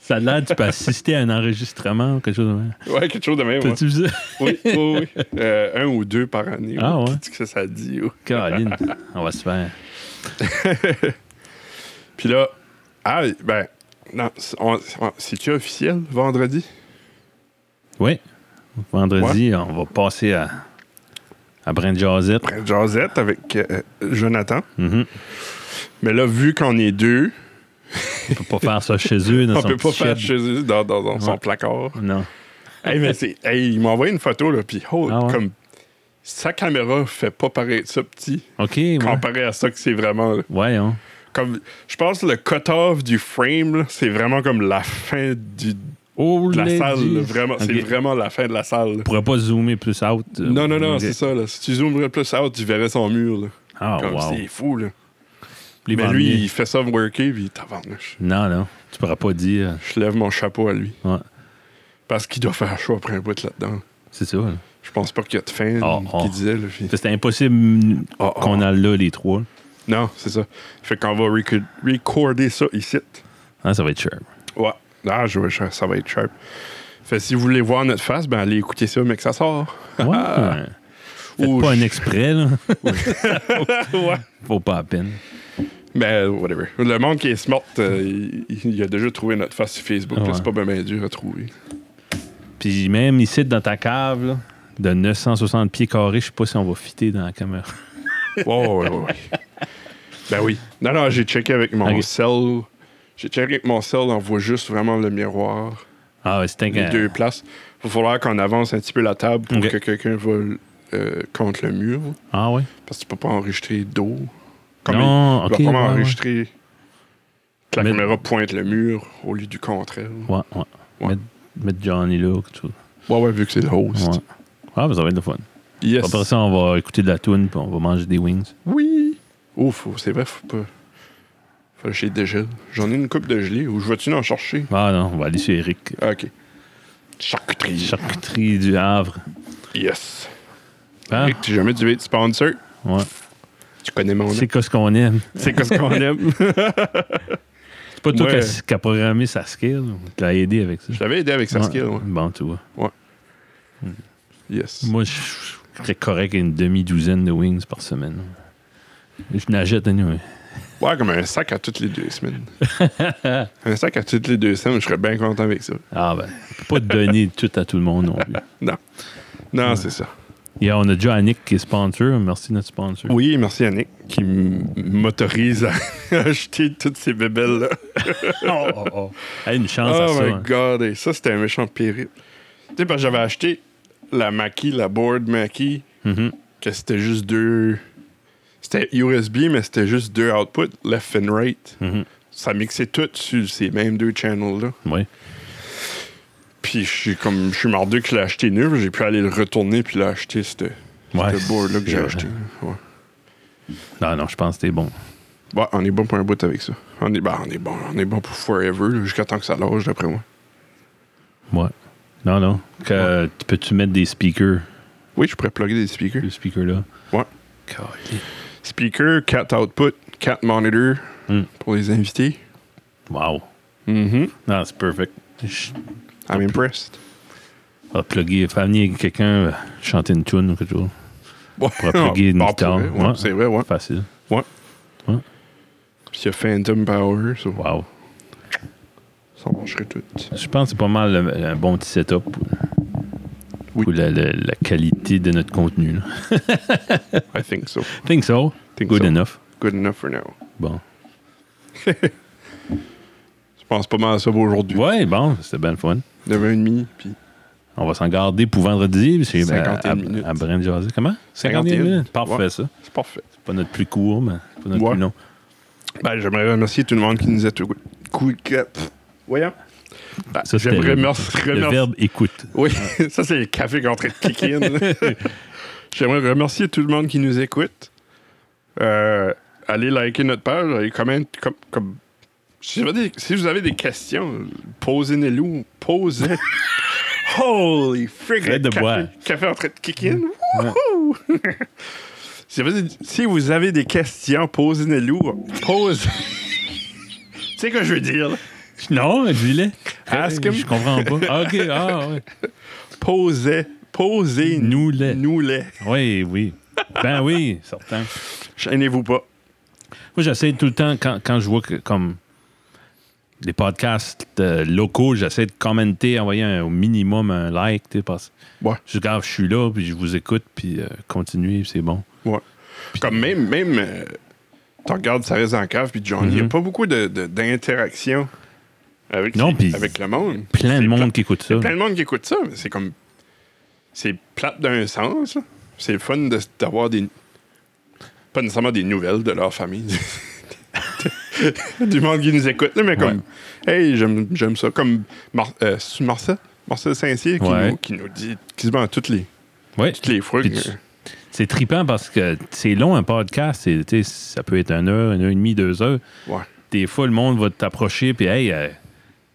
[SPEAKER 2] Ça a l'air, tu peux assister à un enregistrement ou quelque chose de même.
[SPEAKER 1] Ouais, quelque chose de même. ouais.
[SPEAKER 2] T'as-tu vu ça?
[SPEAKER 1] Oui, oui, oui. Euh, un ou deux par année.
[SPEAKER 2] Ah ouais.
[SPEAKER 1] Qu'est-ce que ça dit? ouais.
[SPEAKER 2] Caroline, on va se faire.
[SPEAKER 1] Puis là, ah, ben, non, c'est- on- on- c'est-tu officiel vendredi?
[SPEAKER 2] Oui. Vendredi, on va passer à, à Brent Jazette.
[SPEAKER 1] Après Josette avec euh, Jonathan.
[SPEAKER 2] Mhm.
[SPEAKER 1] Mais là, vu qu'on est deux,
[SPEAKER 2] On peut pas faire ça chez eux. Dans
[SPEAKER 1] on
[SPEAKER 2] son
[SPEAKER 1] peut pas
[SPEAKER 2] petit
[SPEAKER 1] faire
[SPEAKER 2] shed.
[SPEAKER 1] chez eux dans, dans- dans son
[SPEAKER 2] Ouais.
[SPEAKER 1] placard.
[SPEAKER 2] Non.
[SPEAKER 1] hey, mais c'est. Hey, il m'a envoyé une photo, là, puis oh,
[SPEAKER 2] Ah ouais?
[SPEAKER 1] comme. Sa caméra fait pas paraître ça petit
[SPEAKER 2] OK. Ouais.
[SPEAKER 1] comparé à ça que c'est vraiment. là.
[SPEAKER 2] Ouais, hein.
[SPEAKER 1] Comme, je pense que le cut-off du frame, là, c'est vraiment comme la fin du,
[SPEAKER 2] Oh,
[SPEAKER 1] de la
[SPEAKER 2] lady.
[SPEAKER 1] salle. là, Vraiment, C'est
[SPEAKER 2] Ok.
[SPEAKER 1] vraiment la fin de la salle. là.
[SPEAKER 2] On pourrait pas zoomer plus out. euh,
[SPEAKER 1] Non, non, non,
[SPEAKER 2] ok.
[SPEAKER 1] c'est ça. Là. Si tu zoomerais plus out, tu verrais son mur. Là.
[SPEAKER 2] Ah,
[SPEAKER 1] Comme
[SPEAKER 2] wow.
[SPEAKER 1] c'est fou. Là.
[SPEAKER 2] Les
[SPEAKER 1] Mais lui,
[SPEAKER 2] vanniers.
[SPEAKER 1] il fait ça worker, puis tabarnouche.
[SPEAKER 2] Non, non. Tu pourras pas dire.
[SPEAKER 1] Je lève mon chapeau à lui.
[SPEAKER 2] Ouais.
[SPEAKER 1] Parce qu'il doit faire chaud après un bout là-dedans.
[SPEAKER 2] C'est ça. là.
[SPEAKER 1] Je pense pas qu'il y a de fin,
[SPEAKER 2] Oh, oh.
[SPEAKER 1] qu'il disait. Là, puis-
[SPEAKER 2] C'était impossible
[SPEAKER 1] Oh, oh.
[SPEAKER 2] qu'on a là, les trois.
[SPEAKER 1] Non, c'est ça. Fait qu'on va reco- recorder ça ici.
[SPEAKER 2] Ah, ça va être cher.
[SPEAKER 1] Ouais. Ah, je, je- ça va être sharp. Fait si vous voulez voir notre face, ben allez écouter ça, mais que ça sort.
[SPEAKER 2] Ouais. Faites
[SPEAKER 1] Ou
[SPEAKER 2] pas
[SPEAKER 1] Oh, je-
[SPEAKER 2] un exprès, là.
[SPEAKER 1] ouais.
[SPEAKER 2] Faut pas à peine.
[SPEAKER 1] Mais Ben, whatever. Le monde qui est smart, euh, il, il a déjà trouvé notre face sur Facebook. là,
[SPEAKER 2] Ouais.
[SPEAKER 1] C'est pas bien dur à trouver.
[SPEAKER 2] Puis même ici, dans ta cave, là, de 960 pieds carrés, je sais pas si on va fitter dans la caméra.
[SPEAKER 1] Ouais, ouais, ouais, ouais. ben oui. Non, non, j'ai checké avec mon
[SPEAKER 2] Ok.
[SPEAKER 1] cell. J'ai checké avec mon cell, on voit juste vraiment le miroir,
[SPEAKER 2] Ah ouais, c'est
[SPEAKER 1] les
[SPEAKER 2] un
[SPEAKER 1] deux places. Il va falloir qu'on avance un petit peu la table pour
[SPEAKER 2] Ok.
[SPEAKER 1] que quelqu'un vole euh, contre le mur.
[SPEAKER 2] Ah ouais?
[SPEAKER 1] Parce que tu peux pas enregistrer d'eau. Comme
[SPEAKER 2] non,
[SPEAKER 1] il,
[SPEAKER 2] ok.
[SPEAKER 1] tu dois vraiment
[SPEAKER 2] ouais, ouais.
[SPEAKER 1] enregistrer que la
[SPEAKER 2] Mais-
[SPEAKER 1] caméra pointe le mur au lieu du contraire.
[SPEAKER 2] Ouais, ouais.
[SPEAKER 1] Ouais.
[SPEAKER 2] Mettre, mettre Johnny là ou quelque chose.
[SPEAKER 1] Ouais, ouais, vu que c'est le host.
[SPEAKER 2] Ouais. Ah, ben, ça va être le fun.
[SPEAKER 1] Yes.
[SPEAKER 2] Après ça, on va écouter de la toune puis on va manger des wings.
[SPEAKER 1] Oui. Ouf, c'est vrai, faut pas. euh, chez Dégel. J'en ai une coupe de gelée. Ou je vais-tu en chercher?
[SPEAKER 2] Ah non, on va aller chez Eric.
[SPEAKER 1] Ah, OK. Charcuterie.
[SPEAKER 2] Charcuterie du Havre.
[SPEAKER 1] Yes.
[SPEAKER 2] Ah,
[SPEAKER 1] Eric, si jamais tu veux être sponsor,
[SPEAKER 2] ouais.
[SPEAKER 1] tu connais mon nom.
[SPEAKER 2] C'est quoi ce qu'on aime?
[SPEAKER 1] C'est quoi ce qu'on aime?
[SPEAKER 2] C'est pas toi
[SPEAKER 1] Ouais.
[SPEAKER 2] qui a- qui a programmé sa skill. Tu l'as aidé avec ça.
[SPEAKER 1] Je t'avais aidé avec sa
[SPEAKER 2] Ouais.
[SPEAKER 1] skill, ouais.
[SPEAKER 2] Bon, tu vois.
[SPEAKER 1] Yes.
[SPEAKER 2] Moi, je je serais correct avec une demi-douzaine de wings par semaine. Je n'achète anyway.
[SPEAKER 1] Ouais, comme un sac à toutes les deux semaines. un sac à toutes les deux semaines, je serais bien content avec ça.
[SPEAKER 2] Ah ben, faut pas donner tout à tout le monde non plus.
[SPEAKER 1] Non, c'est ça.
[SPEAKER 2] Et on a déjà Annick qui est sponsor. Merci notre sponsor.
[SPEAKER 1] Oui, merci Annick qui m- m'autorise à acheter toutes ces bébelles-là.
[SPEAKER 2] Oh, oh, oh. Hey, une chance à
[SPEAKER 1] Oh
[SPEAKER 2] ça.
[SPEAKER 1] my
[SPEAKER 2] hein.
[SPEAKER 1] god, hey, ça c'était un méchant péril. Tu sais, parce que j'avais acheté la maquille, la board maquille,
[SPEAKER 2] Mhm.
[SPEAKER 1] que c'était juste deux. C'était USB, mais c'était juste deux outputs, left and right.
[SPEAKER 2] Mhm.
[SPEAKER 1] Ça mixait tout sur ces mêmes deux channels-là.
[SPEAKER 2] Ouais.
[SPEAKER 1] Puis je suis comme, je suis mordu que je l'ai acheté neuf, j'ai pu aller le retourner puis l'acheter, c'était.
[SPEAKER 2] Ouais,
[SPEAKER 1] C'était beau, là, que j'ai
[SPEAKER 2] c'est-
[SPEAKER 1] acheté. Ouais.
[SPEAKER 2] Non, non, je pense que t'es bon.
[SPEAKER 1] Bah, on est bon pour un bout avec ça. On est, bah, on est bon. On est bon pour forever, là, jusqu'à temps que ça lâche, d'après moi.
[SPEAKER 2] Ouais. Non, non. Que, tu- Peux-tu mettre des speakers,
[SPEAKER 1] Oui, je pourrais plugger des speakers.
[SPEAKER 2] le speaker là?
[SPEAKER 1] Ouais.
[SPEAKER 2] Golly.
[SPEAKER 1] Speaker, 4 output, 4 monitor
[SPEAKER 2] Hmm.
[SPEAKER 1] pour les invités.
[SPEAKER 2] Wow.
[SPEAKER 1] Mhm.
[SPEAKER 2] Non, c'est perfect. Je-
[SPEAKER 1] I'm impressed.
[SPEAKER 2] On va plugger, faire venir quelqu'un euh, chanter une tune ou quelque chose.
[SPEAKER 1] Ouais.
[SPEAKER 2] pourrait plugger une
[SPEAKER 1] Ah,
[SPEAKER 2] guitare,
[SPEAKER 1] pourrait, ouais,
[SPEAKER 2] ouais.
[SPEAKER 1] C'est vrai, ouais.
[SPEAKER 2] Facile.
[SPEAKER 1] Puis il y a Phantom Power, ça,
[SPEAKER 2] Wow.
[SPEAKER 1] ça marcherait tout.
[SPEAKER 2] Je pense que c'est pas mal le- un bon petit setup pour,
[SPEAKER 1] Oui.
[SPEAKER 2] pour la, la- la qualité de notre contenu. là.
[SPEAKER 1] I think so.
[SPEAKER 2] Think so.
[SPEAKER 1] Think
[SPEAKER 2] Good
[SPEAKER 1] so.
[SPEAKER 2] enough.
[SPEAKER 1] Good enough for now.
[SPEAKER 2] Bon.
[SPEAKER 1] Je pense pas mal à ça pour aujourd'hui.
[SPEAKER 2] Ouais, bon, c'était bien le fun.
[SPEAKER 1] 9h30, puis
[SPEAKER 2] On va s'en garder pour vendredi. parce que, ben,
[SPEAKER 1] 51
[SPEAKER 2] à, à,
[SPEAKER 1] minutes.
[SPEAKER 2] à Brand Jaser. Comment? 51,
[SPEAKER 1] 51
[SPEAKER 2] minutes. Parfait,
[SPEAKER 1] Ouais.
[SPEAKER 2] ça.
[SPEAKER 1] c'est parfait.
[SPEAKER 2] C'est pas notre plus court, mais c'est pas notre
[SPEAKER 1] Ouais.
[SPEAKER 2] plus long.
[SPEAKER 1] Ben, j'aimerais remercier tout le monde qui nous a tout. Cool. que- pff, Voyons. Ben,
[SPEAKER 2] Ça, c'était
[SPEAKER 1] j'aimerais
[SPEAKER 2] le-
[SPEAKER 1] remercier.
[SPEAKER 2] Le
[SPEAKER 1] remercier-
[SPEAKER 2] verbe écoute.
[SPEAKER 1] Oui, ça, c'est le café qu'on est en train de kick in. J'aimerais remercier tout le monde qui nous écoute. Euh, allez liker notre page, allez comment. Comme, comme- si, vous avez des, si vous avez des questions, posez-les-nous. Posez. Holy frick!
[SPEAKER 2] Arrête de
[SPEAKER 1] café,
[SPEAKER 2] boire.
[SPEAKER 1] café en train de kick in. Wouhou! si, vous avez, si vous avez des questions, posez-les-nous. Posez. tu sais ce que je veux dire? là?
[SPEAKER 2] Non, dis-le.
[SPEAKER 1] Ask him.
[SPEAKER 2] Je comprends pas. Ah, OK. Ah, ouais.
[SPEAKER 1] Posez. Posez-nous.
[SPEAKER 2] Nous-les.
[SPEAKER 1] Nous-les.
[SPEAKER 2] Oui, oui. Ben oui, certain.
[SPEAKER 1] Gênez-vous pas.
[SPEAKER 2] Moi, j'essaie tout le temps, quand, quand je vois que, comme les podcasts euh, locaux, j'essaie de commenter, envoyer un- au minimum un like. tu sais, Parce...
[SPEAKER 1] Ouais.
[SPEAKER 2] Je regarde, je suis là, puis je vous écoute, puis euh, continuez, puis c'est bon.
[SPEAKER 1] Ouais. Comme même, même euh, tu regardes ça reste en cave puis Johnny, il n'y a
[SPEAKER 2] Mhm.
[SPEAKER 1] pas beaucoup de- de- d'interaction avec,
[SPEAKER 2] Non,
[SPEAKER 1] les-
[SPEAKER 2] puis
[SPEAKER 1] avec le monde.
[SPEAKER 2] Plein de
[SPEAKER 1] C'est
[SPEAKER 2] monde
[SPEAKER 1] pla-
[SPEAKER 2] qui écoute ça.
[SPEAKER 1] Plein de monde qui écoute ça, mais c'est comme. C'est plate d'un sens. là. C'est le fun de- d'avoir des. Pas nécessairement des nouvelles de leur famille. du monde qui nous écoute, là, mais comme. Hey, j'aime j'aime ça. Comme Mar euh, c'est Marcel, Marcel Saint-Cyr qui,
[SPEAKER 2] Ouais.
[SPEAKER 1] nous, qui nous dit quasiment toutes les,
[SPEAKER 2] Ouais.
[SPEAKER 1] toutes les euh, fois.
[SPEAKER 2] Puis
[SPEAKER 1] que-
[SPEAKER 2] tu- C'est trippant parce que c'est long, un podcast. c'est- tu sais, Ça peut être une heure, une heure et demie, deux heures.
[SPEAKER 1] Ouais.
[SPEAKER 2] Des fois, le monde va t'approcher, puis hey, euh,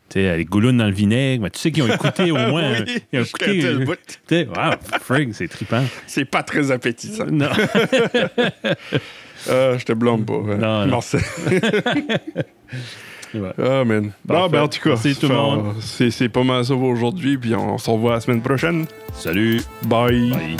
[SPEAKER 2] tu sais, elle gouloune dans le vinaigre. Mais tu sais qu'ils ont écouté au moins.
[SPEAKER 1] Ah Oui,
[SPEAKER 2] ils ont
[SPEAKER 1] jusqu'à
[SPEAKER 2] écouté. euh,
[SPEAKER 1] tel bout.
[SPEAKER 2] Tu sais, wow, frig, c'est trippant.
[SPEAKER 1] C'est pas très appétissant.
[SPEAKER 2] Non.
[SPEAKER 1] Ah, je te blâme pas. hein.
[SPEAKER 2] Non, non.
[SPEAKER 1] Marcel.
[SPEAKER 2] Ouais.
[SPEAKER 1] Ah, man. Bon,
[SPEAKER 2] Parfait.
[SPEAKER 1] ben, en tout cas,
[SPEAKER 2] Merci tout le
[SPEAKER 1] ça-
[SPEAKER 2] monde.
[SPEAKER 1] C'est c'est pas mal ça pour aujourd'hui, puis on se revoit la semaine prochaine.
[SPEAKER 2] Salut.
[SPEAKER 1] Bye.
[SPEAKER 2] Bye.